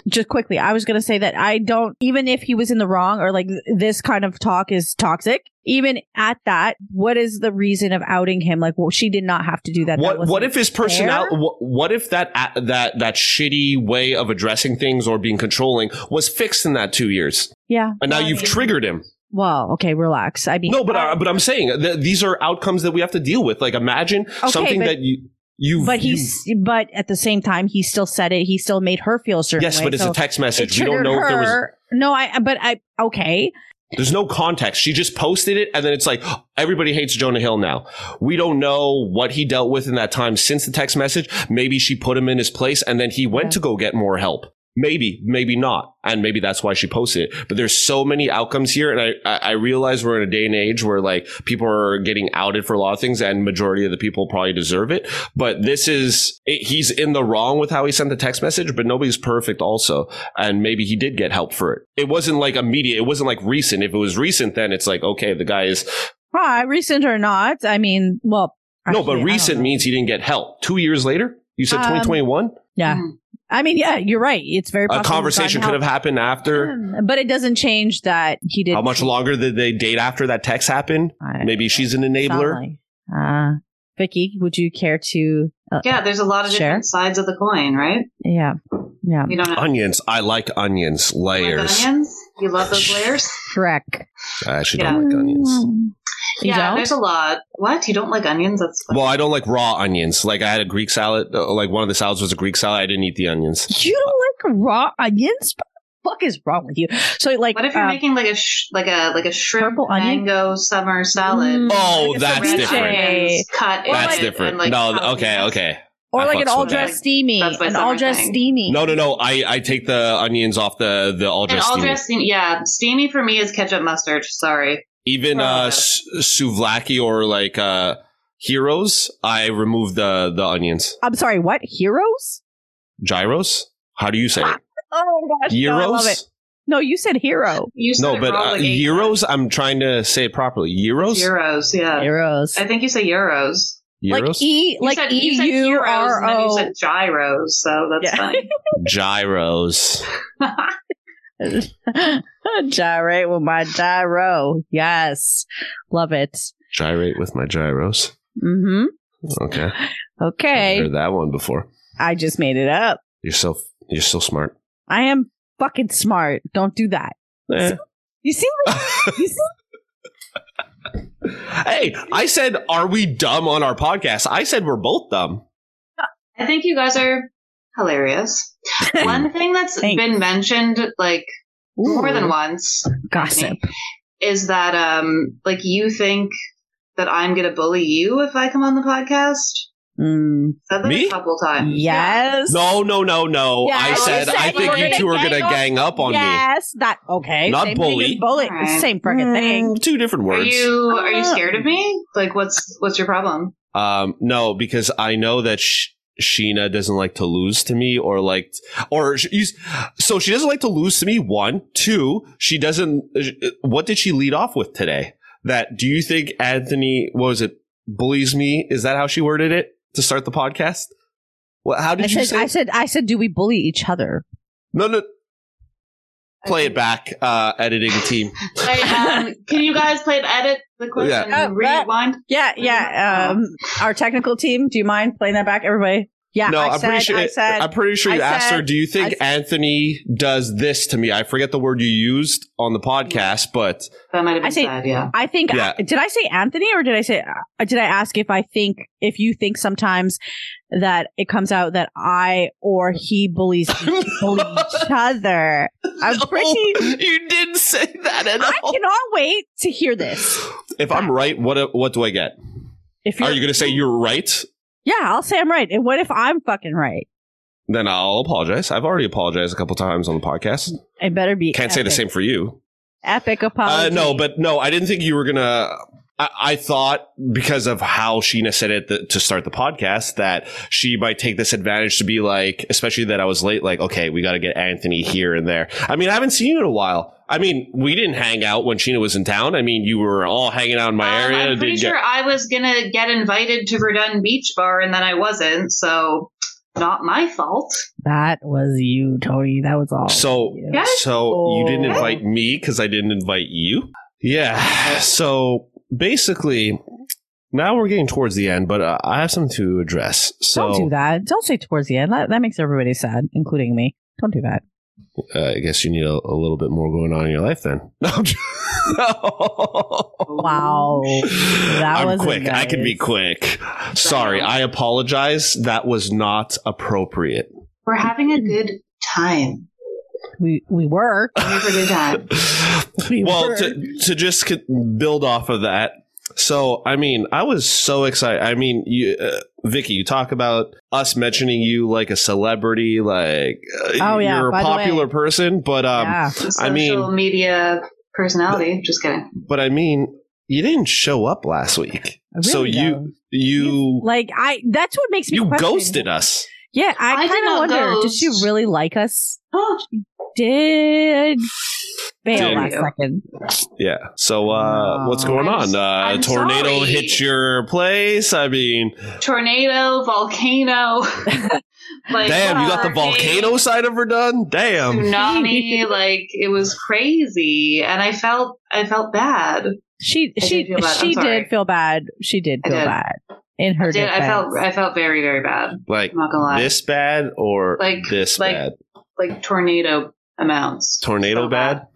B: just quickly. I was gonna say that I don't even if he was in the wrong or like th- this kind of talk is toxic. Even at that, what is the reason of outing him? Like, well, she did not have to do that. That
A: What
B: wasn't-
A: what if his personality?
B: fair?
A: What, what if that a- that that shitty way of addressing things or being controlling was fixed in that two years,
B: Yeah.
A: and now
C: Well, I
A: you've
C: mean-
A: triggered him?
B: Well, okay. Relax. I mean,
A: No, but I, but I'm saying th- these are outcomes that we have to deal with. Like imagine
B: Okay,
A: something
B: but-
A: that you you
B: but he's but at the same time, he still said it. He still made her feel a certain.
A: yes,
B: way,
A: but it's
B: so
A: a text
B: it
A: message. We don't
B: triggered
A: know if there was
B: her. No, I. But I. Okay.
A: there's no context. She just posted it, and then it's like everybody hates Jonah Hill now. We don't know what he dealt with in that time since the text message. Maybe she put him in his place, and then he went
B: Yeah.
A: to go get more help. Maybe, maybe not, and maybe that's why she posted it. But there's so many outcomes here, and I I I realize we're in a day and age where like people are getting outed for a lot of things, and majority of the people probably deserve it. But this is it, he's in the wrong with how he sent the text message, but nobody's perfect also and maybe he did get help for it. It wasn't like immediate. It wasn't like recent. If it was recent, then it's like okay, the guy is
B: Hi, recent or not? I mean, well.
A: no,
B: actually, I
A: but
B: don't
A: recent
B: know.
A: means he didn't get help. Two years later, you said
B: Um,
A: twenty twenty one.
B: Yeah.
C: Mm.
B: I mean, yeah. You're right. It's very.
A: A
B: possible he's
A: conversation
B: gotten
A: could
B: help.
A: have happened after.
B: But it doesn't change that he did.
A: How much longer did they date after that text happened?
B: I-
A: Maybe she's an
B: sound
A: enabler.
B: like- Uh, Vicky, would you care to? Uh,
C: Yeah, there's a lot of
B: Sure.
C: different sides of the coin, right?
B: yeah, yeah.
C: You don't have
A: Onions. I like onions.
C: you like
A: Layers.
C: onions. You love those layers.
B: Shrek. Mm.
A: I actually
C: Yeah.
A: don't like onions.
B: You
C: yeah,
B: don't?
C: there's a lot. What you don't like onions? That's
A: Well, I don't like raw onions. Like I had a Greek salad. uh, Like one of the salads was a Greek salad. I didn't eat the onions.
B: you don't like raw onions? What the fuck is wrong with you? So, like,
C: what if you're
B: uh,
C: making like a sh- like a like a shrimp
B: Purple onion?
C: mango summer salad?
B: Mm,
A: Oh,
B: like a
A: that's
B: ceviche.
A: different.
C: onions cut.
B: Or
A: That's
B: like-
C: in
A: different.
C: and, like,
A: no.
C: jalapenos.
A: Okay. Okay.
B: or
A: I
B: like an
A: fucks
B: all
A: with
B: dressed
C: that.
B: steamy,
C: That's my
B: an
C: summer
B: all dressed
C: thing.
B: steamy.
A: No, no, no. I, I take the onions off the the all
C: And
A: dressed.
C: all
A: steamy.
C: dressed steamy. Yeah, steamy for me is ketchup mustard. Sorry.
A: Even
C: Oh,
A: uh,
C: yeah.
A: s- souvlaki or like uh, heroes, I remove the the onions.
B: I'm sorry. What heroes?
A: Gyros. How do you say it?
B: Oh my gosh, no, I love it.
A: Gyros.
B: No, you said hero.
C: You said
A: No,
C: it
A: but
C: wrong
A: uh,
C: like eight
A: euros. I'm trying to say it properly. Euros.
C: Euros, yeah.
B: Heroes.
C: I think you say euros.
A: Euros?
B: Like E, like
C: said-
B: E
C: said
B: U
C: heroes,
B: R
C: and then You
B: [LAUGHS] O.
C: said gyros, so that's
B: Yeah. [LAUGHS]
C: funny.
A: Gyros.
B: Gyrate with my gyro. Yes. Love it.
A: Gyrate with my gyros.
B: Mm-hmm.
A: Okay. I
B: Okay.
A: heard that one before.
B: I just made it up.
A: You're so you're so smart.
B: I am fucking smart. Don't do that.
A: Eh.
B: You see,
A: [LAUGHS]
B: you see
A: hey, I said, are we dumb on our podcast? I said we're both dumb.
C: I think you guys are
A: [LAUGHS]
C: hilarious. One thing that's
B: Thanks.
C: been mentioned like more than
B: Ooh,
C: once
B: gossip.
C: is that um like you think that I'm gonna bully you if I come on the podcast.
B: Mm,
C: Said that
A: Me?
C: a couple times. [LAUGHS]
B: yes.
A: No, no, no, no.
B: Yeah,
A: I
C: you
A: said
C: said
A: I
C: you
A: think
C: were
A: you
C: gonna
A: two are
B: gang
A: gonna
B: up-
A: gang up on me.
B: yes, that okay.
A: Not
B: same Thing
A: bully.
B: as bully.
C: Alright.
B: Same freaking thing.
A: Mm, Two different
C: Are
A: words.
C: you are you
B: Uh,
C: scared of me? Like what's what's your problem?
A: um, no, because I know that sh- Sheena doesn't like to lose to me, or like, or she's so she doesn't like to lose to me. One, two, she doesn't. uh, What did she lead off with today? That do you think Anthony? What was it? Bullies me? Is that how she worded it to start the podcast? Well, how did
B: I
A: you
B: said,
A: say?
B: I said, I said, do we bully each other?
A: no, no. Play
C: [LAUGHS]
A: it back, uh, editing team.
C: Wait, um, can you guys play edit the question
A: Yeah.
B: Oh,
C: and rewind?
B: Yeah,
C: yeah, um,
B: our technical team. Do you mind playing that back, everybody? Yeah,
A: no,
B: I
A: am
B: said,
A: pretty sure.
B: I said,
A: am pretty sure you
B: I
A: asked her.
B: said-
A: Do you think Anthony does this to me? I forget the word you used on the podcast, but
C: That might have
B: I
C: been
B: say-
C: said, yeah.
B: I think
A: Yeah.
B: did I say Anthony or did I say uh, did I ask if I think if you think sometimes that it comes out that I or he
A: [LAUGHS]
B: bullies bully each other? I'm
A: No,
B: [LAUGHS] pretty.
A: [LAUGHS] You didn't say that at
B: I
A: all.
B: cannot wait to hear this.
A: If I'm right, what what do I get?
B: If
A: Are you going to say you're right?
B: Yeah, I'll say I'm right. And what if I'm fucking right?
A: Then I'll apologize. I've already apologized a couple times on the podcast.
B: It better be.
A: Can't say the
B: epic.
A: same for you.
B: Epic apology.
A: Uh, no, but no, I didn't think you were gonna. I, I thought because of how Sheena said it th- to start the podcast that she might take this advantage to be like, especially that I was late. Like, okay, we got to get Anthony here and there. I mean, I haven't seen you in a while. I mean, we didn't hang out when Sheena was in town. I mean, you were all hanging out in my
C: Um,
A: area.
C: I'm pretty
A: didn't get-
C: sure I was gonna get invited to Verdun Beach Bar and then I wasn't, so not my fault.
B: that was you, Tony. That was all.
A: So,
B: you.
C: Yeah.
A: so you didn't
B: Oh.
A: invite me because I didn't invite you. Yeah. So basically, now we're getting towards the end, but uh, I have something to address. So
B: don't do that. Don't say towards the end. That, that makes everybody sad, including me. Don't do that.
A: Uh, I guess you need a, a little bit more going on in your life then. [LAUGHS] No, I'm just-
B: Wow. That
A: I'm
B: wasn't
A: quick. I can be
B: nice.
A: quick. Sorry, I apologize. That was not appropriate.
C: We're having a good time.
B: We we were. um,
C: We're having a good time.
B: [LAUGHS]
A: [LAUGHS]
B: We
A: well
B: were.
A: to, to just c- build off of that so i mean i was so excited i mean you uh, vicky you talk about us mentioning you like a celebrity like uh,
B: Oh, yeah,
A: you're a
B: by the way.
A: popular person but um
B: yeah.
C: Social
A: I mean-
C: media personality. Just kidding.
A: but i mean you didn't show up last week
B: Really,
A: so you
B: though.
A: you
B: like I that's what makes me
A: you
B: question.
A: ghosted us
B: Yeah, I,
C: I did
B: kind of
C: not
B: wonder. Did
C: ghost.
B: she really like us?
C: Oh,
B: Did bail
A: Did.
B: last second?
A: yeah so uh
B: No.
A: what's going
C: I'm s-
A: on uh
C: I'm
A: a tornado
C: sorry.
A: hit your place i mean
C: [GASPS] tornado,
B: [LAUGHS]
C: volcano. like, uh,
A: damn you got the
C: hurricane,
A: volcano um, side of her done damn
B: [LAUGHS]
C: tsunami. like it was crazy, and I felt I felt bad.
B: She
C: I
B: she
C: did feel bad. I'm
B: she
C: sorry.
B: did feel bad. She did
C: I
B: feel
C: did.
B: bad in her
C: I, did,
B: defense.
C: I felt I felt very very bad.
A: like
C: I'm not gonna lie.
A: this bad or
C: Like-
A: this
C: like-
A: bad
C: like tornado amounts.
A: tornado
C: So
A: bad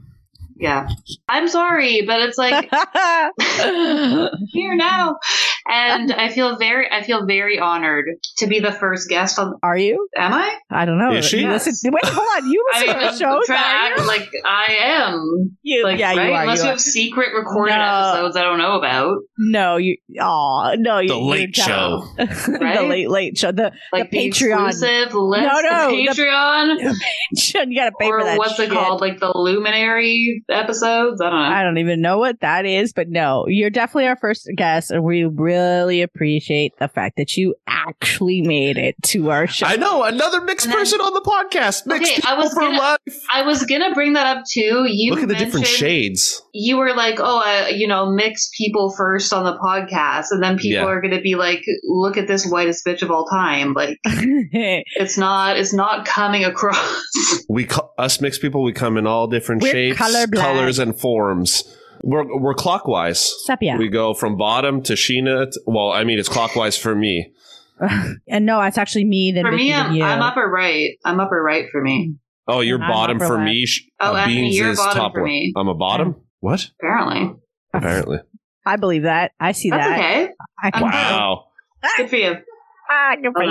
C: Yeah. I'm sorry, but it's
B: [LAUGHS]
C: like [LAUGHS] here now. And I feel very I feel very honored to be the first guest on
B: Are you?
C: am I?
B: I don't know.
A: Is she?
B: You listen, wait, hold on. You
C: [LAUGHS] I
B: listen
C: mean
B: to
C: I'm
B: the show.
C: trying to act
B: Are
C: like I am.
B: you?
C: [LAUGHS] Like
B: yeah,
C: right?
B: you are.
C: Unless
B: you
C: you
B: are.
C: have secret recorded
B: No.
C: episodes I don't know about.
B: No, you. Oh no, you.
A: The
B: you
A: Late
B: don't.
A: Show.
B: [LAUGHS] the
C: Right?
B: late late show. The
C: Like the,
B: Patreon.
C: exclusive list
B: No, no,
C: the
B: the- [LAUGHS]
C: Patreon
B: you got to pay for
C: or
B: that.
C: what's it
B: shit.
C: called? Like the luminary episodes? I don't know.
B: I don't even know what that is, but no, you're definitely our first guest, and we really appreciate the fact that you actually made it to our show.
A: I know another mixed
C: And then-
A: person on the podcast. Mixed
C: Okay, I was
A: people for
C: gonna-
A: life.
C: I was gonna bring that up too. You
A: Look at the different
C: mentioned-
A: shades.
C: you were like, oh, uh, you know, mix people first on the podcast, and then people
A: Yeah.
C: are going to be like, look at this whitest bitch of all time. Like,
B: [LAUGHS] We're
C: it's not, it's not
B: [LAUGHS]
C: coming across.
A: We co- us mixed people. We come in all different
B: We're
A: shapes,
B: colorblind.
A: colors, and forms. We're we're clockwise.
B: Sepia.
A: We go from bottom to Sheena. t- well, I mean, it's clockwise for me.
B: [LAUGHS] and no, it's actually me. Then
C: for
B: Vicky,
C: me,
B: then
C: I'm,
B: you.
C: I'm upper right. I'm upper right for me.
A: Oh, you're
B: I'm
A: bottom
B: upper
A: for
B: left.
A: me. Sh-
C: Oh,
A: uh,
C: Anthony,
A: Beans
C: you're
A: is
C: bottom
A: top
C: for
A: left.
C: me.
A: I'm a bottom. What?
C: Apparently,
A: Apparently.
B: I believe that. I see
C: that's
B: that.
C: okay.
B: I can
C: I'm
A: Wow.
C: Good for you.
B: Ah, good for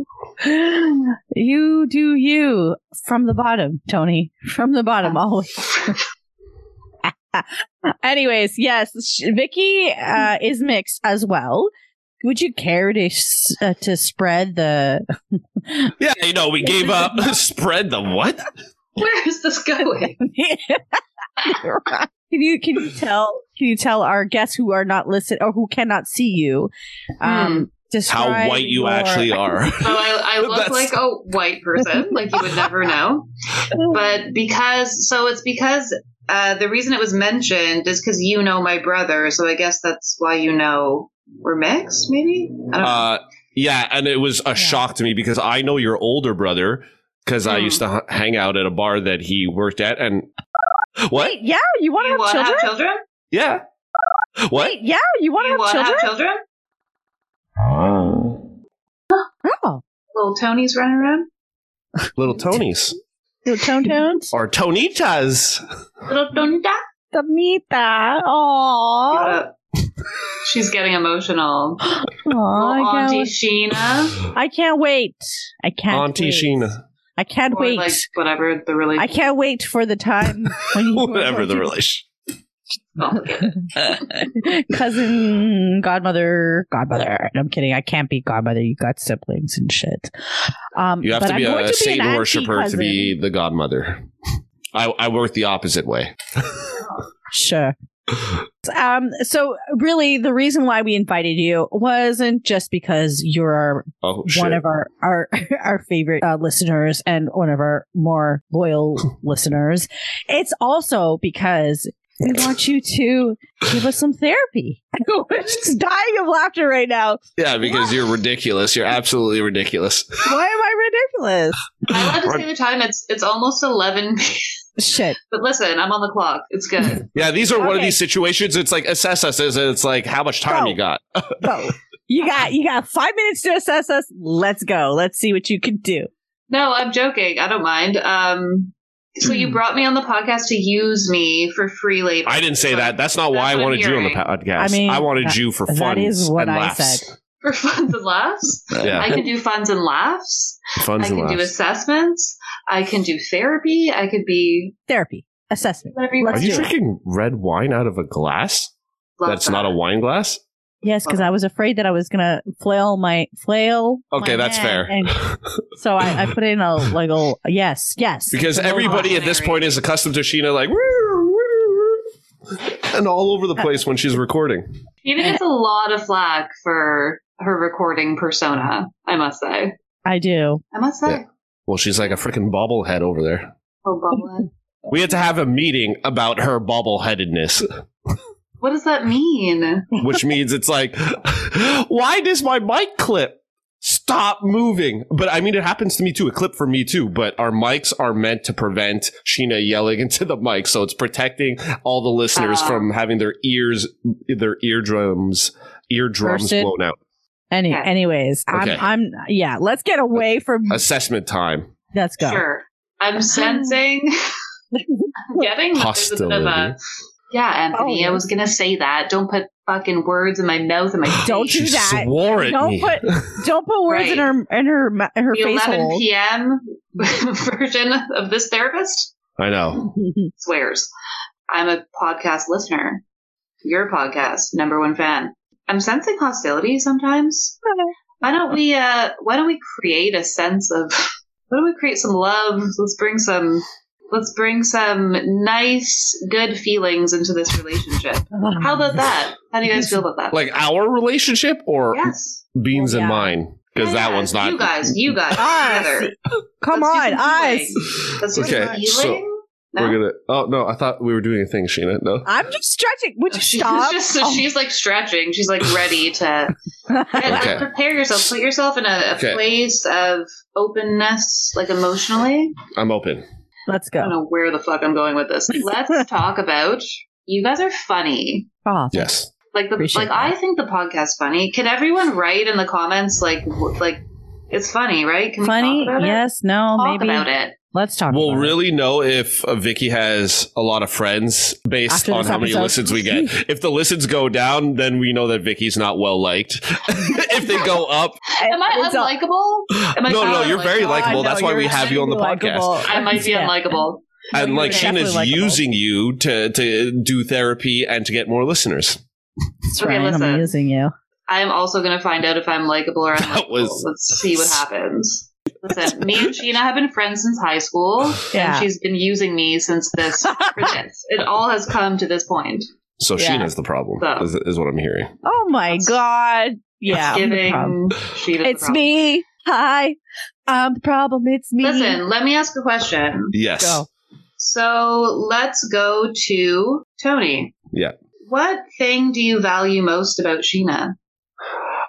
B: you. [GASPS] You do you from the bottom, Tony. From the bottom,
C: Ah.
B: always. [LAUGHS] Anyways, yes, sh- Vicky uh, is mixed as well. Would you care to s- uh, to spread the [LAUGHS]
A: Yeah, you know, we gave up. [LAUGHS] Spread the what?
C: Where is this going?
B: can you can you tell can you tell our guests who are not listening or who cannot see you
C: Hmm.
B: um describe
A: How white you
B: your- [LAUGHS]
A: actually are.
C: [LAUGHS] So I, I look
A: That's-
C: like a white person, like you would never know. But because, so it's because uh, the reason it was mentioned is because you know my brother, so I guess that's why you know we're mixed. Maybe I don't know.
A: Uh, yeah, and it was a shock to me because I know your older brother because I
C: Hmm.
A: used to h- hang out at a bar that he worked at. And what?
B: Wait, yeah, you want to
C: you
B: have
C: want
B: children?
C: to have children?
A: Yeah. What?
B: Wait, yeah, you want
C: you
B: to have
C: want
B: children?
C: to have children?
B: Oh,
C: Little Tony's running around.
A: Little Tonys
B: little
C: [LAUGHS]
B: tone tones.
A: or Tonitas.
C: Little Tonita.
B: The Mita. Aww.
C: Got it. She's getting emotional. Little
B: I
C: Auntie
B: can't,
C: Sheena.
B: I can't wait. I can't.
A: Auntie
B: wait. [LAUGHS]
A: Sheena.
B: I can't
C: Or
B: wait.
C: like whatever the really
B: I can't wait for the time
A: [LAUGHS]
B: when you
A: Whatever the
B: [LAUGHS]
A: relation.
C: complicated.
A: [LAUGHS]
B: cousin, godmother, godmother. No, I'm kidding. I can't be godmother. You got siblings and shit. Um,
A: You have
B: but
A: to be
B: I'm going
A: a
B: to be an
A: Satan
B: auntie
A: worshiper to
B: cousin.
A: be the godmother. I, I work the opposite way. Oh,
B: Sure. Um, so really the reason why we invited you wasn't just because you're our
A: Oh, shit.
B: one of our our [LAUGHS] our favorite uh, listeners and one of our more
A: [LAUGHS]
B: loyal listeners. It's also because we want you to give us some therapy. [LAUGHS] We're just dying of laughter right now.
A: Yeah, because you're ridiculous. You're absolutely ridiculous.
B: Why am I ridiculous?
C: I love to
A: Or-
C: say the time. It's it's almost eleven.
B: Shit.
C: but listen, I'm on the clock. It's
A: [LAUGHS]
C: good.
A: Yeah, these are one of
B: Okay.
A: these situations. It's like assess us, and it's like how much time
B: Go.
A: you got.
B: Go. You got you got five minutes to assess us. Let's go. Let's see what you can do.
C: No, I'm joking. I don't mind. Um, so
A: Hmm.
C: you brought me on the podcast to use me for free labor.
A: I didn't say
C: So-
A: that. That's not
C: That's
A: why I
C: what I'm
A: wanted you on the
C: hearing.
A: podcast. I,
B: I mean,
A: wanted
B: that-
A: you for
B: that
A: fun.
B: is what
A: and
B: I
A: laughs.
B: said.
C: for funs
A: [LAUGHS]
C: and laughs.
A: Yeah,
C: I can do funs and laughs.
A: funs
C: I can
A: and
C: do
A: laughs.
C: assessments. I can do therapy. I could be
B: Therapy assessment.
C: whatever you
A: Are
C: want
B: Let's
C: to
A: you
C: do.
A: drinking red wine out of a glass?
C: Love
A: That's
C: that.
A: not a wine glass.
B: Yes, because I was afraid that I was gonna flail my flail.
A: Okay,
B: my
A: that's
B: hand
A: fair.
B: and So I, I put in a like a yes, yes.
A: because
B: It's a little
A: everybody at this
C: Mary.
A: point is accustomed to Sheena like. [LAUGHS] "Woo, woo, woo," And all over the place when she's recording.
C: Sheena gets a lot of flack for her recording persona. I must say.
B: I do.
C: I must say.
A: Yeah. Well, she's like a freaking bobblehead over there.
C: Oh, bubblehead.
A: We had to have a meeting about her bobbleheadedness.
C: What does that mean?
A: which means it's like, why does my mic clip stop moving? But I mean, it happens to me too. It clipped for me too. But our mics are meant to prevent Sheena yelling [LAUGHS] into the mic, so it's protecting all the listeners
C: Ah.
A: from having their ears, their eardrums, eardrums
B: Bursted.
A: blown out.
B: Any,
C: Okay.
B: anyways,
A: Okay.
B: I'm, I'm, yeah. Let's get away from.
A: Assessment time.
B: Let's go.
C: Sure. I'm sensing,
A: [LAUGHS]
C: I'm getting that there's a bit of a.
A: Hostility.
C: Yeah, Anthony,
B: Oh,
C: I was gonna say that. Don't put fucking words in my mouth and my
B: [GASPS] Don't
C: face.
B: Do
A: She
B: that.
A: swore at
B: Don't
A: me.
B: put [LAUGHS] don't put words in her in her ma- in her
C: the
B: face
C: 11
B: hole.
C: p.m. [LAUGHS] version of this therapist
A: [LAUGHS] I know.
B: [LAUGHS]
C: swears. I'm a podcast listener. Your podcast, number one fan. I'm sensing
B: [LAUGHS]
C: hostility sometimes. Why don't we? [LAUGHS] Uh, why don't we create a sense of? Why don't we create some love? Let's bring some. Let's bring some nice, good feelings into this relationship. How
B: Um,
C: about that? How do you guys feel about that?
A: Like our relationship or
C: yes.
A: Beans
B: Well, yeah.
A: and mine? Because that
C: Yeah,
A: one's not.
C: You guys, you guys.
B: Us.
C: together.
B: Come
C: Let's do
B: on,
C: some
B: eyes.
C: feeling. Let's do some
A: Okay, so
C: feeling. No?
A: We're gonna. Oh no! I thought we were doing a thing, Sheena. No.
B: I'm just stretching. Would you
C: [LAUGHS] She's
B: stop?
C: [LAUGHS] just- so
B: Oh.
C: she's like stretching. She's like
B: [LAUGHS]
C: ready to Yeah, like,
A: Okay.
C: prepare yourself. Put yourself in a, a
A: Okay.
C: place of openness, like emotionally.
A: I'm open.
B: Let's
C: I don't [LAUGHS]
B: go.
C: know where the fuck I'm going
B: [LAUGHS]
C: with this. Let's talk about you guys are funny.
B: Oh,
A: Yes.
C: Like the
B: Appreciate
C: like
B: that.
C: I think the podcast's funny. Can everyone write in the comments like w- like it's funny, right? Can
B: funny?
C: We talk about It?
B: Yes. No.
C: Talk
B: maybe.
C: about it.
B: Let's talk.
A: We'll
B: about it.
A: really know if uh, Vicky has a lot of friends based
B: After
A: on
B: this
A: how many
B: episode.
A: listens we get.
B: [LAUGHS]
A: if the listens go down, then we know that Vicky's not well liked. [LAUGHS] if they go up,
C: Am I
B: It's all-
C: unlikable? Am I
A: no, no,
C: kinda
A: you're very
C: unlikable?
A: likable.
B: Oh, no,
A: That's why
B: you're
A: we have you on the
B: unlikable.
A: podcast.
C: I might be
B: Yeah.
C: unlikable.
A: And
B: you're
A: like Sheena's
B: definitely likable.
A: using you to to do therapy and to get more listeners.
B: That's
C: Okay,
B: right. I'm
C: listen.
B: using you.
C: I'm also going to find out if I'm likable or unlikable.
A: That was-
C: Let's see what happens.
A: [LAUGHS]
C: Listen, me and Sheena have been friends since high school,
B: Yeah.
C: and she's been using me since [LAUGHS] this for this. It all has come to this point.
A: So
B: Yeah.
A: Sheena's the problem,
C: So-
A: is, is what I'm hearing.
B: [LAUGHS] Oh my
C: It's-
B: god. Yeah.
C: it's
B: I'm the
C: giving
B: problem.
C: Sheena the
B: It's
C: problem.
B: me. Hi. I'm the problem. It's me.
C: Listen, let me ask a question.
A: Yes.
B: Go.
C: So let's go to Tony.
A: Yeah.
C: What thing do you value most about Sheena?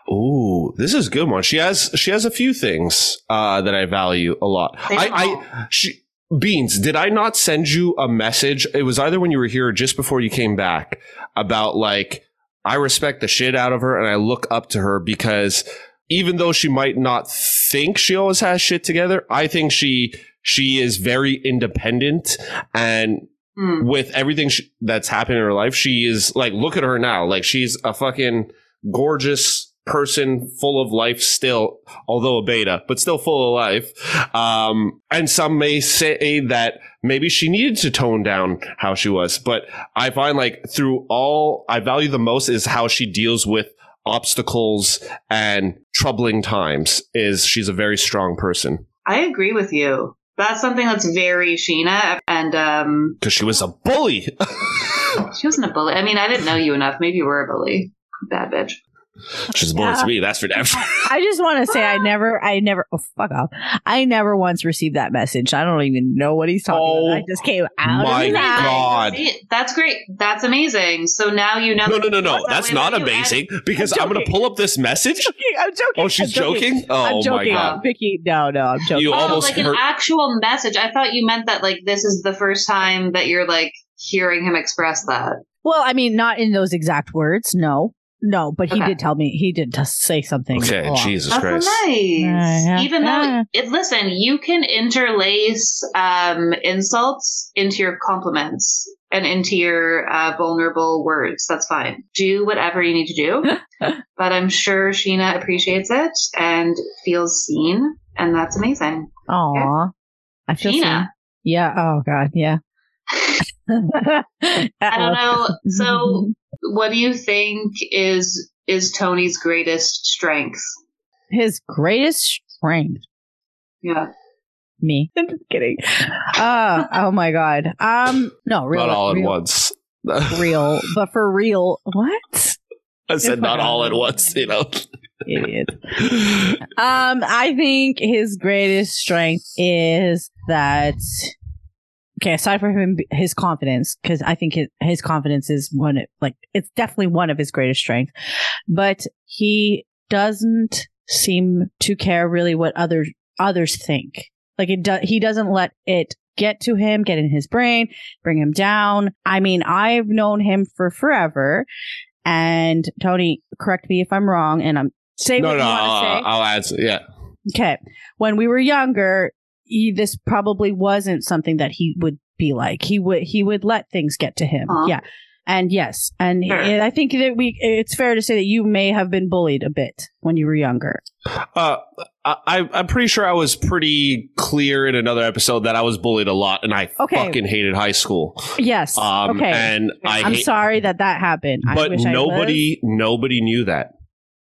A: Ooh, this is a good one. She has she has a few things uh, that I value a lot.
C: They
A: I,
C: don't
A: I
C: know.
A: She, Beans, did I not send you a message? It was either when you were here or just before you came back about like, I respect the shit out of her and I look up to her because even though she might not think she always has shit together, I think she she is very independent and
C: Hmm.
A: with everything sh that's happened in her life, she is like, look at her now. Like she's a fucking gorgeous person full of life still, although a beta, but still full of life. Um, and some may say that maybe she needed to tone down how she was, but I find like through all I value the most is how she deals with obstacles and troubling times is she's a very strong person
C: I agree with you. That's something that's very Sheena, and um,
A: because she was a bully. [LAUGHS]
C: She wasn't a bully. I mean, I didn't know you enough. Maybe you were a bully. Bad bitch.
A: she's a bully
B: Yeah.
A: to me. That's for damn sure.
B: I just want to say I never, I never, oh, fuck off. I never once received that message. I don't even know what he's talking
A: Oh,
B: about. I just came out
A: my
B: of his
A: God.
B: eyes.
A: God.
C: See, that's great. That's amazing. So now you know.
A: No,
C: that
A: no, no, no.
C: That's
A: That's
C: not
A: not
C: the way that you
A: amazing because I'm, going to
B: joking.
A: pull up this
B: [LAUGHS]
A: message.
B: [LAUGHS] I'm joking.
A: Oh, she's
B: I'm joking.
A: joking? Oh,
B: I'm joking.
A: my God.
C: God.
B: Vicky, no, no, I'm joking.
A: You
C: Oh,
A: almost
C: like
A: hurt-
C: an actual message. I thought you meant that like this is the first time that you're like hearing him express that.
B: well, I mean, not in those exact words. No, no, but he
C: Okay.
B: did tell me, he did just say something.
A: Okay,
B: along.
A: Jesus
C: That's
A: Christ.
C: nice.
B: Yeah, yeah,
C: Even though,
B: yeah.
C: it, listen, you can interlace um, insults into your compliments and into your uh, vulnerable words. That's fine. Do whatever you need to do.
B: [LAUGHS]
C: but I'm sure Sheena appreciates it and feels seen, and that's amazing.
B: Aw. I feel
C: Sheena.
B: seen. Yeah. Oh, God.
C: [LAUGHS]
B: Yeah. [LAUGHS]
C: I don't know.
B: [LAUGHS]
C: So, what do you think is is Tony's greatest strength?
B: his greatest strength.
C: Yeah.
B: me. [LAUGHS] I'm just kidding. Uh, oh my god. Um, no, real,
A: not all at
B: real,
A: once. [LAUGHS]
B: Real, but for real, what
A: I said not all at once, you know.
B: idiot? Um, I think his greatest strength is that. Okay, aside from him, his confidence, because I think his, his confidence is one, of- like it's definitely one of his greatest strengths. But he doesn't seem to care really what other others think. Like it, do, he doesn't let it get to him, get in his brain, bring him down. I mean, I've known him for forever, and Tony, correct me if I'm wrong, and I'm say
A: no,
B: what
A: no, uh,
B: you want to say.
A: I'll, I'll add. Yeah.
B: Okay. When we were younger, he, this probably wasn't something that he would be like. He would he would let things get to him.
C: Aw.
B: Yeah. And yes, and
C: Sure.
B: I think that we it's fair to say that you may have been bullied a bit when you were younger.
A: Uh, I, I- I'm pretty sure I was pretty clear in another episode that I was bullied a lot and I
B: Okay.
A: fucking hated high school.
B: Yes.
A: Um,
B: okay.
A: And I
B: I'm
A: hate.
B: sorry that that happened. I
A: But
B: wish I was.
A: nobody, nobody knew that.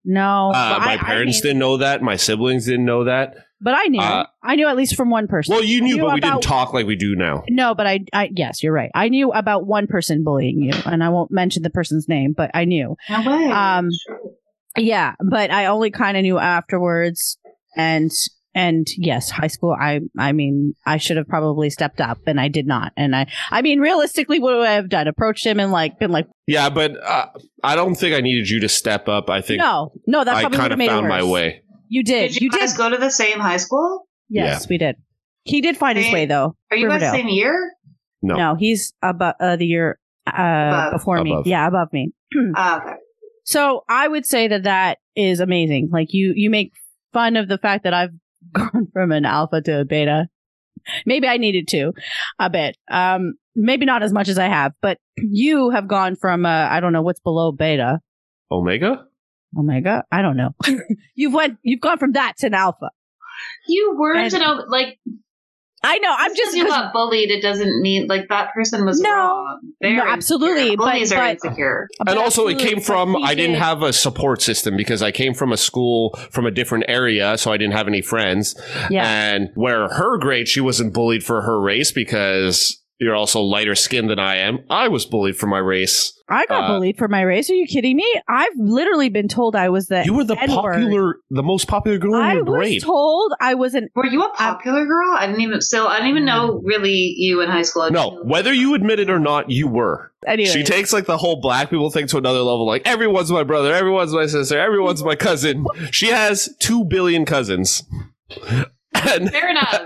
B: No,
A: Uh,
B: but I-
A: my
B: I
A: parents
B: knew-
A: didn't know that. My siblings didn't know that.
B: but I knew.
A: Uh,
B: I knew at least from one person.
A: Well, you
B: I
A: knew, but we
B: about-
A: didn't talk like we do now.
B: No, but I, I, yes, you're right. I knew about one person bullying you, and I won't mention the person's name, but I knew.
C: No way.
B: Um,
C: Sure.
B: Yeah, but I only kind of knew afterwards, and and yes, high school. I, I mean, I should have probably stepped up, and I did not. And I, I mean, realistically, what would I have done? Approached him and like been like,
A: Yeah, but uh, I don't think I needed you to step up. I think
B: no, no, that
A: I
B: probably would
A: kind
B: have
A: of
B: made
A: found
B: it worse.
A: my way.
B: You did,
C: Did you,
B: did.
C: guys go to the same high school?
B: yes, we did. He did find his
C: Hey,
B: way though.
C: Are you guys
B: Riverdale.
C: same year?
A: No.
B: No, he's above uh, the year uh,
C: Above.
B: before
A: Above.
B: me. Yeah, above me.
C: Ah, okay.
B: So I would say that that is amazing. Like you, you make fun of the fact that I've [LAUGHS] gone from an alpha to a beta. Maybe I needed to a bit. Um, maybe not as much as I have, but [CLEARS THROAT] you have gone from, uh, I don't know what's below beta.
A: Omega?
B: Omega. I don't know. [LAUGHS] you've went, you've gone from that to an alpha.
C: You weren't
B: And-
C: an o- like
B: I know. I'm just,
C: you
B: 'cause-
C: got bullied. It doesn't mean like that person was
B: No.
C: wrong. They're
B: No,
C: insecure.
B: absolutely, but-
C: Bullies are
B: but-
C: insecure.
B: but
A: and also it
B: absolutely,
A: came
B: but
A: from
B: he
A: i didn't
B: did-
A: have a support system because i came from a school from a different area so i didn't have any friends
B: Yeah.
A: and where her grade she wasn't bullied for her race because you're also lighter skinned than i am i was bullied for my race
B: I got
A: uh,
B: bullied for my race. Are you kidding me? I've literally been told I was the
A: you were the
B: N-word.
A: popular the most popular girl in
B: I
A: your
B: was
A: grade
B: told I was an
C: Were you a popular girl? I didn't even still. I didn't even
B: Mm.
C: know really you in high school. I
A: no
C: didn't-
A: whether you admit it or not you were
B: anyway.
A: she takes like the whole black people thing to another level like everyone's my brother everyone's my sister everyone's my cousin she has two billion cousins
B: [LAUGHS]
A: and
C: Fair enough.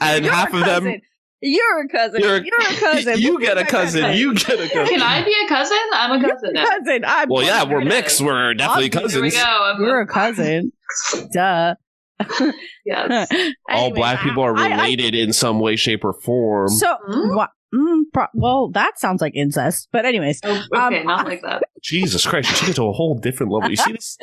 A: and
B: You're
A: half
B: a
A: of them
B: cousin. You're a cousin. You're,
A: You're-
B: a
A: [LAUGHS]
B: cousin.
A: You get a
B: My
A: cousin. You get a cousin.
C: Can I be a cousin? I'm a cousin. now.
B: cousin. I'm
A: Well, yeah, we're
C: There it
A: mixed.
C: is.
A: We're definitely
B: Obviously,
C: There we
A: cousins.
C: go. I'm
B: You're a cousin. Duh. [LAUGHS]
C: Yes.
A: [LAUGHS] All
B: Anyways,
A: black people are
B: I- I-
A: related in some way, shape, or form.
B: so,
C: Hmm?
B: wha- mm, pro- well, that sounds like incest. But anyways,
C: Oh, okay,
B: Um,
C: not like that.
A: Jesus Christ, you took it to a whole different level. You see
B: [LAUGHS]
A: this?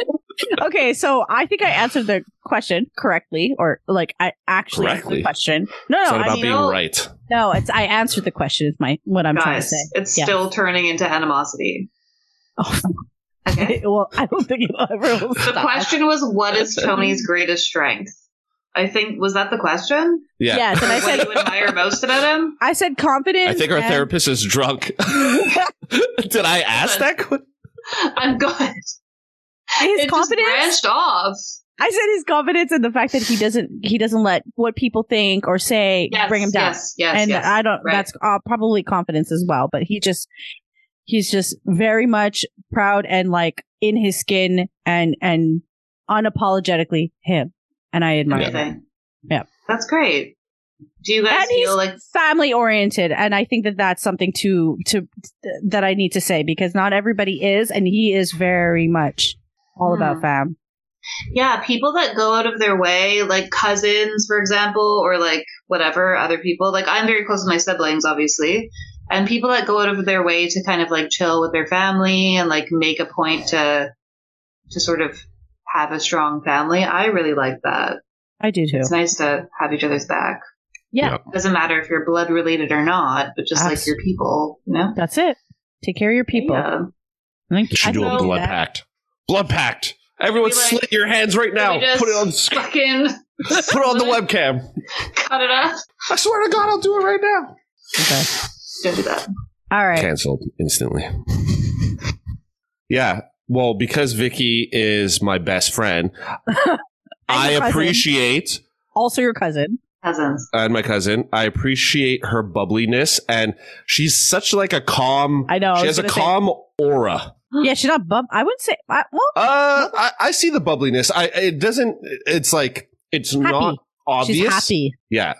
B: okay. So I think I answered the question correctly, or like I actually answered the
A: Correctly.
B: question. No,
A: It's
B: no,
A: not
B: I
A: about
B: mean,
A: being
C: no.
A: right.
B: no. It's I answered the question. Is my what I'm trying to
C: Guys,
B: say.
C: it's
B: Yeah.
C: still turning into
B: [LAUGHS]
C: animosity.
B: Oh,
C: Okay.
B: [LAUGHS] well, I don't think it ever will
C: The
B: stop.
C: question was, what
B: [LAUGHS]
C: is Tony's greatest strength? I think was that the question.
A: Yeah.
B: Yes, and I
C: [LAUGHS] What
B: said
C: do you admire most about him?
B: I said confident.
A: I think our
B: and-
A: therapist is
B: [LAUGHS]
A: drunk. [LAUGHS] Did I ask that? que-
B: [LAUGHS]
C: I'm good.
B: his
C: it
B: confidence.
C: just branched off.
B: I said his confidence and the fact that he doesn't he doesn't let what people think or say
C: Yes,
B: bring him down.
C: Yes, yes,
B: and
C: yes.
B: I don't.
C: right.
B: That's uh, probably confidence as well. But he just he's just very much proud and like in his skin and and unapologetically him. And I admire that.
C: Amazing.
B: Yeah.
C: that's great. Do you guys
B: And he's
C: feel like
B: family oriented, and I think that that's something to to that I need to say because not everybody is, and he is very much all
C: Hmm.
B: about fam.
C: yeah, people that go out of their way, like cousins, for example, or like whatever other people. Like I'm very close with my siblings, obviously, and people that go out of their way to kind of like chill with their family and like make a point to to sort of have a strong family. I really like that.
B: I do too.
C: It's nice to have each other's back.
B: Yeah.
C: Doesn't matter if you're blood related or not, but just like
B: Abs-
C: your people, you know?
B: That's it. Take care of your people.
C: Yeah.
B: I think
A: You should
B: I
A: do
B: can
A: a
B: do
A: blood
B: that.
A: pact. Blood pact. Everyone,
C: Be like,
A: slit your hands right now.
C: we just-
A: Put it on. the sc-
C: Fucking
A: [LAUGHS] Put it on
B: [LAUGHS]
A: the webcam.
C: cut it up.
A: I swear to God, I'll do it right now.
B: Okay.
C: Don't do that.
B: All right.
A: canceled instantly. [LAUGHS] yeah. Well, because Vicky is my best friend,
B: [LAUGHS] And
A: I
B: your cousin.
A: appreciate
B: Also, your cousin.
C: Cousins.
A: and my cousin, I appreciate her bubbliness and she's such like a calm
B: I know. I
A: she
B: was
A: has a
B: gonna say-
A: calm aura.
B: Yeah, she's not bub. I wouldn't say. I, well,
A: Uh I, I see the bubbliness. I it doesn't it's like it's not obvious.
B: she's happy.
A: Yeah.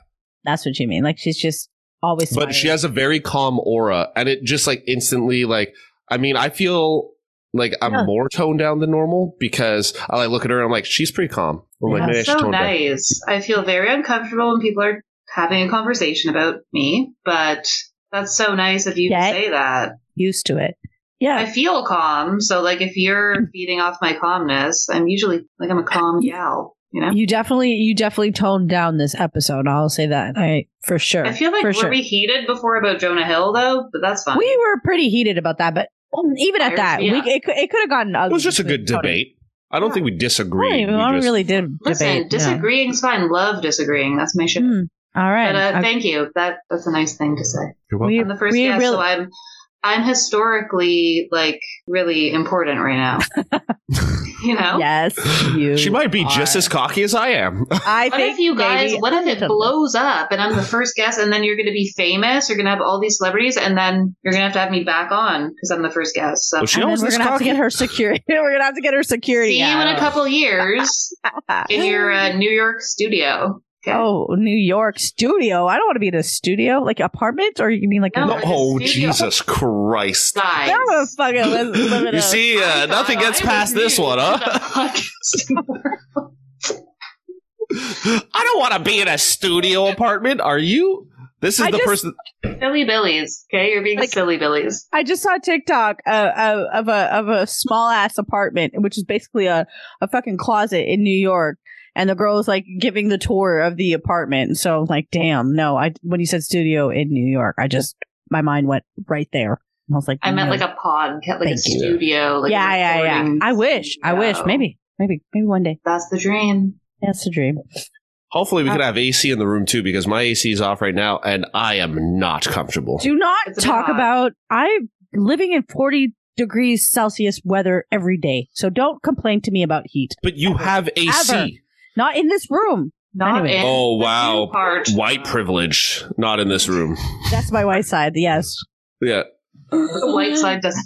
B: That's what you mean. Like she's just always.
A: But she has a very calm aura and it just like instantly like I mean, I feel like I'm
B: Yeah.
A: more toned down than normal because I like look at her and I'm like, she's pretty calm. I'm like,
B: Yeah.
A: maybe I
C: That's
A: should
C: so
A: tone down.
C: nice. I feel very uncomfortable when people are having a conversation about me, but that's so nice of you to
B: Yeah.
C: say that.
B: used to it. Yeah.
C: I feel calm, so like if you're
B: Mm.
C: feeding off my calmness, I'm usually like I'm a calm gal, you know?
B: You definitely, you definitely toned down this episode. I'll say that. I for sure.
C: I feel like
B: for
C: we're
B: sure.
C: reheated before about Jonah Hill though, but that's fine.
B: we were pretty heated about that, but even at
C: Fires
B: that,
C: me
B: we,
C: up.
B: it, could- it could have gotten ugly.
A: It was just a
B: between
A: good
B: Tony.
A: debate. I don't
C: Yeah.
A: think we disagree.
B: I, don't even-
A: We
B: I
A: just-
B: really did
C: Listen,
B: debate. no.
C: disagreeing's fine. Love disagreeing. That's my shit.
B: Hmm. All right.
C: But uh,
B: I-
C: thank you. That that's a nice thing to say.
A: You're welcome.
B: we-
C: I'm the first
B: we
C: guest,
B: really-
C: so I'm I'm historically like really important right
B: [LAUGHS]
C: now. you know.
B: yes,
A: [LAUGHS]
B: you.
A: she might be just
B: are.
A: as cocky as I am.
B: [LAUGHS] I
C: What
B: think
C: if you guys?
B: maybe
C: What
B: a
C: if it
B: little
C: blows up and I'm the first guest, and then you're going to be famous? You're going to have all these celebrities, and then you're going to have to have me back on because I'm the first guest. So
A: Well, she
B: And then
A: always
B: we're
A: this
B: gonna have to
A: cocky.
B: get her security. [LAUGHS] we're gonna have to get her security.
C: see you in
B: out.
C: a couple years in
B: [LAUGHS]
C: your uh, New York studio.
B: [GASPS]
C: Okay.
B: oh New York studio. I don't want to be in a studio, like apartment, or you mean like
C: No,
A: No,
C: we're
A: oh,
C: just studio-
A: Jesus
B: [LAUGHS]
A: Christ.
B: a,
C: Guys.
B: I'm gonna fucking live, live it
A: You
B: up.
A: see, uh,
C: I thought
A: nothing gets
C: I
A: past
C: was
A: this
C: new
A: one,
C: to
A: huh? [LAUGHS]
C: the podcast world.
A: I don't want to be in a studio apartment. Are you? This is
B: I
A: the
B: just-
A: person.
C: [LAUGHS] silly billies. Okay, you're being
B: Like-
C: silly billies.
B: I just saw a TikTok uh, uh, of a of a small ass apartment, which is basically a, a fucking closet in New York. And the girl was like giving the tour of the apartment. So I'm like, damn, no. I when you said studio in New York, I just my mind went right there. And I was like,
C: I meant
B: no.
C: like a pod, like a
B: Thank you.
C: studio. Like a
B: yeah, yeah, yeah.
C: recording
B: I wish, I wish,
C: studio.
B: maybe, maybe, maybe one day.
C: That's the dream.
B: That's the dream.
A: Hopefully, we
B: Uh,
A: can have AC in the room too, because my AC is off right now, and I am not comfortable.
B: Do not
C: It's a
B: talk
C: lot.
B: about I'm living in 40 degrees Celsius weather every day. So don't complain to me about heat.
A: but you have AC.
B: Ever. Not in this room.
C: Not
B: Anyway.
C: in
A: Oh,
C: the
A: wow.
C: new Part.
A: White privilege, not in this room.
B: That's my white side. Yes.
A: Yeah.
C: The white side doesn't.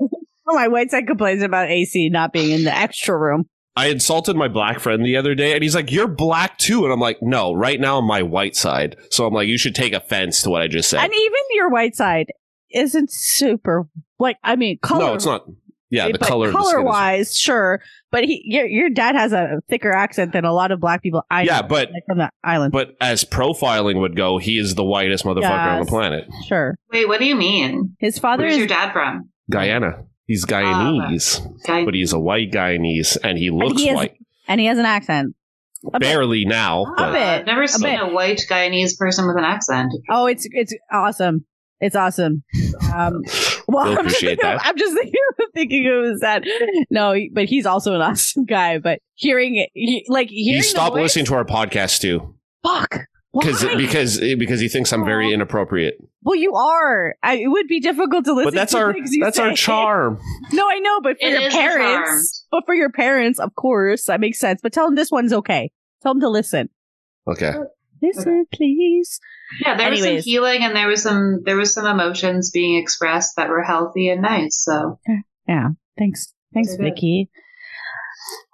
B: Oh, [LAUGHS] my white side complains about AC not being in the extra room.
A: I insulted my black friend the other day, and he's like, You're black too. And I'm like, No, right now, I'm my white side. So I'm like, You should take offense to what I just said.
B: And even your white side isn't super like I mean color.
A: no, it's not. Yeah, the
B: but
A: color. of the skin is-
B: wise, sure. But he, your your dad has a thicker accent than a lot of black people. I
A: Yeah,
B: know,
A: but-
B: like, from the island,
A: But as profiling would go, he is the whitest motherfucker on the
B: Yes.
A: planet.
B: sure.
C: [LAUGHS] Wait, what do you mean?
B: His father
C: Where's
B: is
C: your dad from?
A: Guyana. He's
B: Um,
A: Guyanese,
C: Guy-
A: but he's a white Guyanese, and he looks
B: he is-
A: white.
B: and he has an accent. a bit.
A: Barely now.
C: Ah,
A: But
B: bit,
C: I've never seen
B: bit.
C: a white Guyanese person with an accent.
B: Oh, it's it's awesome. It's awesome.
A: [LAUGHS]
B: Um, well,
A: You'll
B: I'm just
A: appreciate
B: thinking of-
A: that.
B: [LAUGHS] I'm just thinking of, thinking it was that. No, but he's also an [LAUGHS] awesome guy. But hearing it, he, like hearing
A: he
B: the
A: stopped
B: voice-
A: listening to our podcast too,
B: Fuck.
A: because
B: Why?
A: because because he thinks I'm very
B: Aw.
A: inappropriate.
B: well, you are. I, it would be difficult to listen.
A: But that's
B: to
A: our
B: things you
A: that's
B: say.
A: our charm.
B: [LAUGHS] No, I know, but for
C: It
B: your
C: is the
B: parents, but for your parents, of course, that makes sense. But tell him this one's okay. Tell him to listen.
A: Okay.
B: Listen, please.
C: Yeah, there was
B: Anyways.
C: some healing, and there was some there was some emotions being expressed that were healthy and nice. So
B: Thanks, thanks,
C: Very good.
B: Vicky.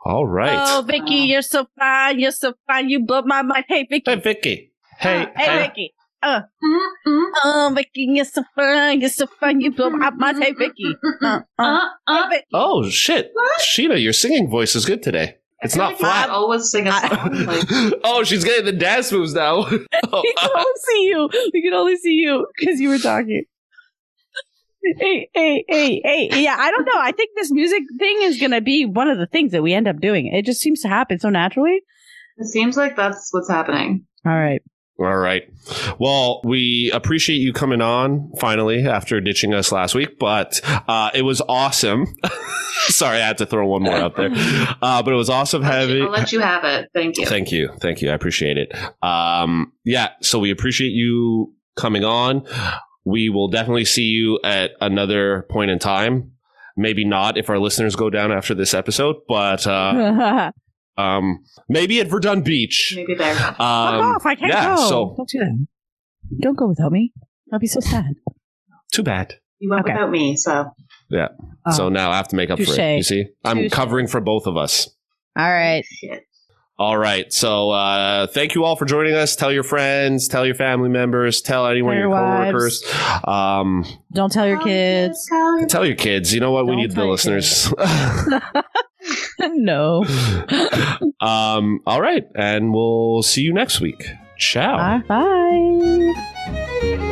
A: All right.
B: Oh, Vicky,
C: Wow.
B: you're so fine. You're so fine. You blow my mind. Hey, Vicky.
A: hey Vicky. Hey,
B: Uh, hey,
A: hey.
B: Vicky.
C: Mm, mm,
B: Oh, Vicky, you're so fine. You're so fine. You blow my mind. Hey, Vicky.
C: mm, mm,
B: Uh, uh,
C: mm-hmm, uh, uh.
B: hey, Vicky.
A: Oh shit,
C: What?
A: Sheena, your singing voice is good
B: [LAUGHS]
A: today.
C: I
A: It's
C: feel
A: not
C: like
A: flat.
C: I always sing a song. Like,
A: [LAUGHS] oh, she's getting the dance moves
B: [LAUGHS]
A: now. [LAUGHS] Oh, uh,
B: We can only see you. We can only see you because you were talking. Hey, hey, hey, hey. Yeah, I don't know. I think this music thing is going to be one of the things that we end up doing. It just seems to happen so naturally.
C: it seems like that's what's happening.
B: All right.
A: All right. Well, we appreciate you coming on finally after ditching us last week, but uh, it was awesome. [LAUGHS] Sorry, I had to throw one more out
B: [LAUGHS]
A: there, uh, but it was awesome
C: I'll let you-
A: having.
C: I'll let you have it. Thank you.
A: Thank you, thank you. I appreciate it. Um, yeah, so we appreciate you coming on. We will definitely see you at another point in time. Maybe not if our listeners go down after this episode, but uh, um, maybe at Verdun Beach.
C: Maybe
B: [LAUGHS]
C: there.
B: Mm-hmm. Fuck
A: Um,
B: off. I can't
A: yeah,
B: go.
A: so-
B: don't do that. Don't go without me. I'll be so sad.
A: too bad.
C: You went
B: Okay.
C: without me, so
B: Oh.
A: So now I have to make up for it.
B: Touche.
A: You see, I'm
B: Touche.
A: covering for both of us.
B: All right.
C: shit.
A: All right. So uh, thank you all for joining us. Tell your friends, tell your family members, tell anyone,
B: Tell
A: your
B: your wives.
A: coworkers, um,
B: Don't tell your kids.
C: Call your-
A: tell your kids. You know what? we
B: Don't
A: need the
B: tell your
A: listeners.
B: [LAUGHS] no.
A: [LAUGHS] um, Oh. all right, and we'll see you next week. Ciao.
B: Bye. Bye.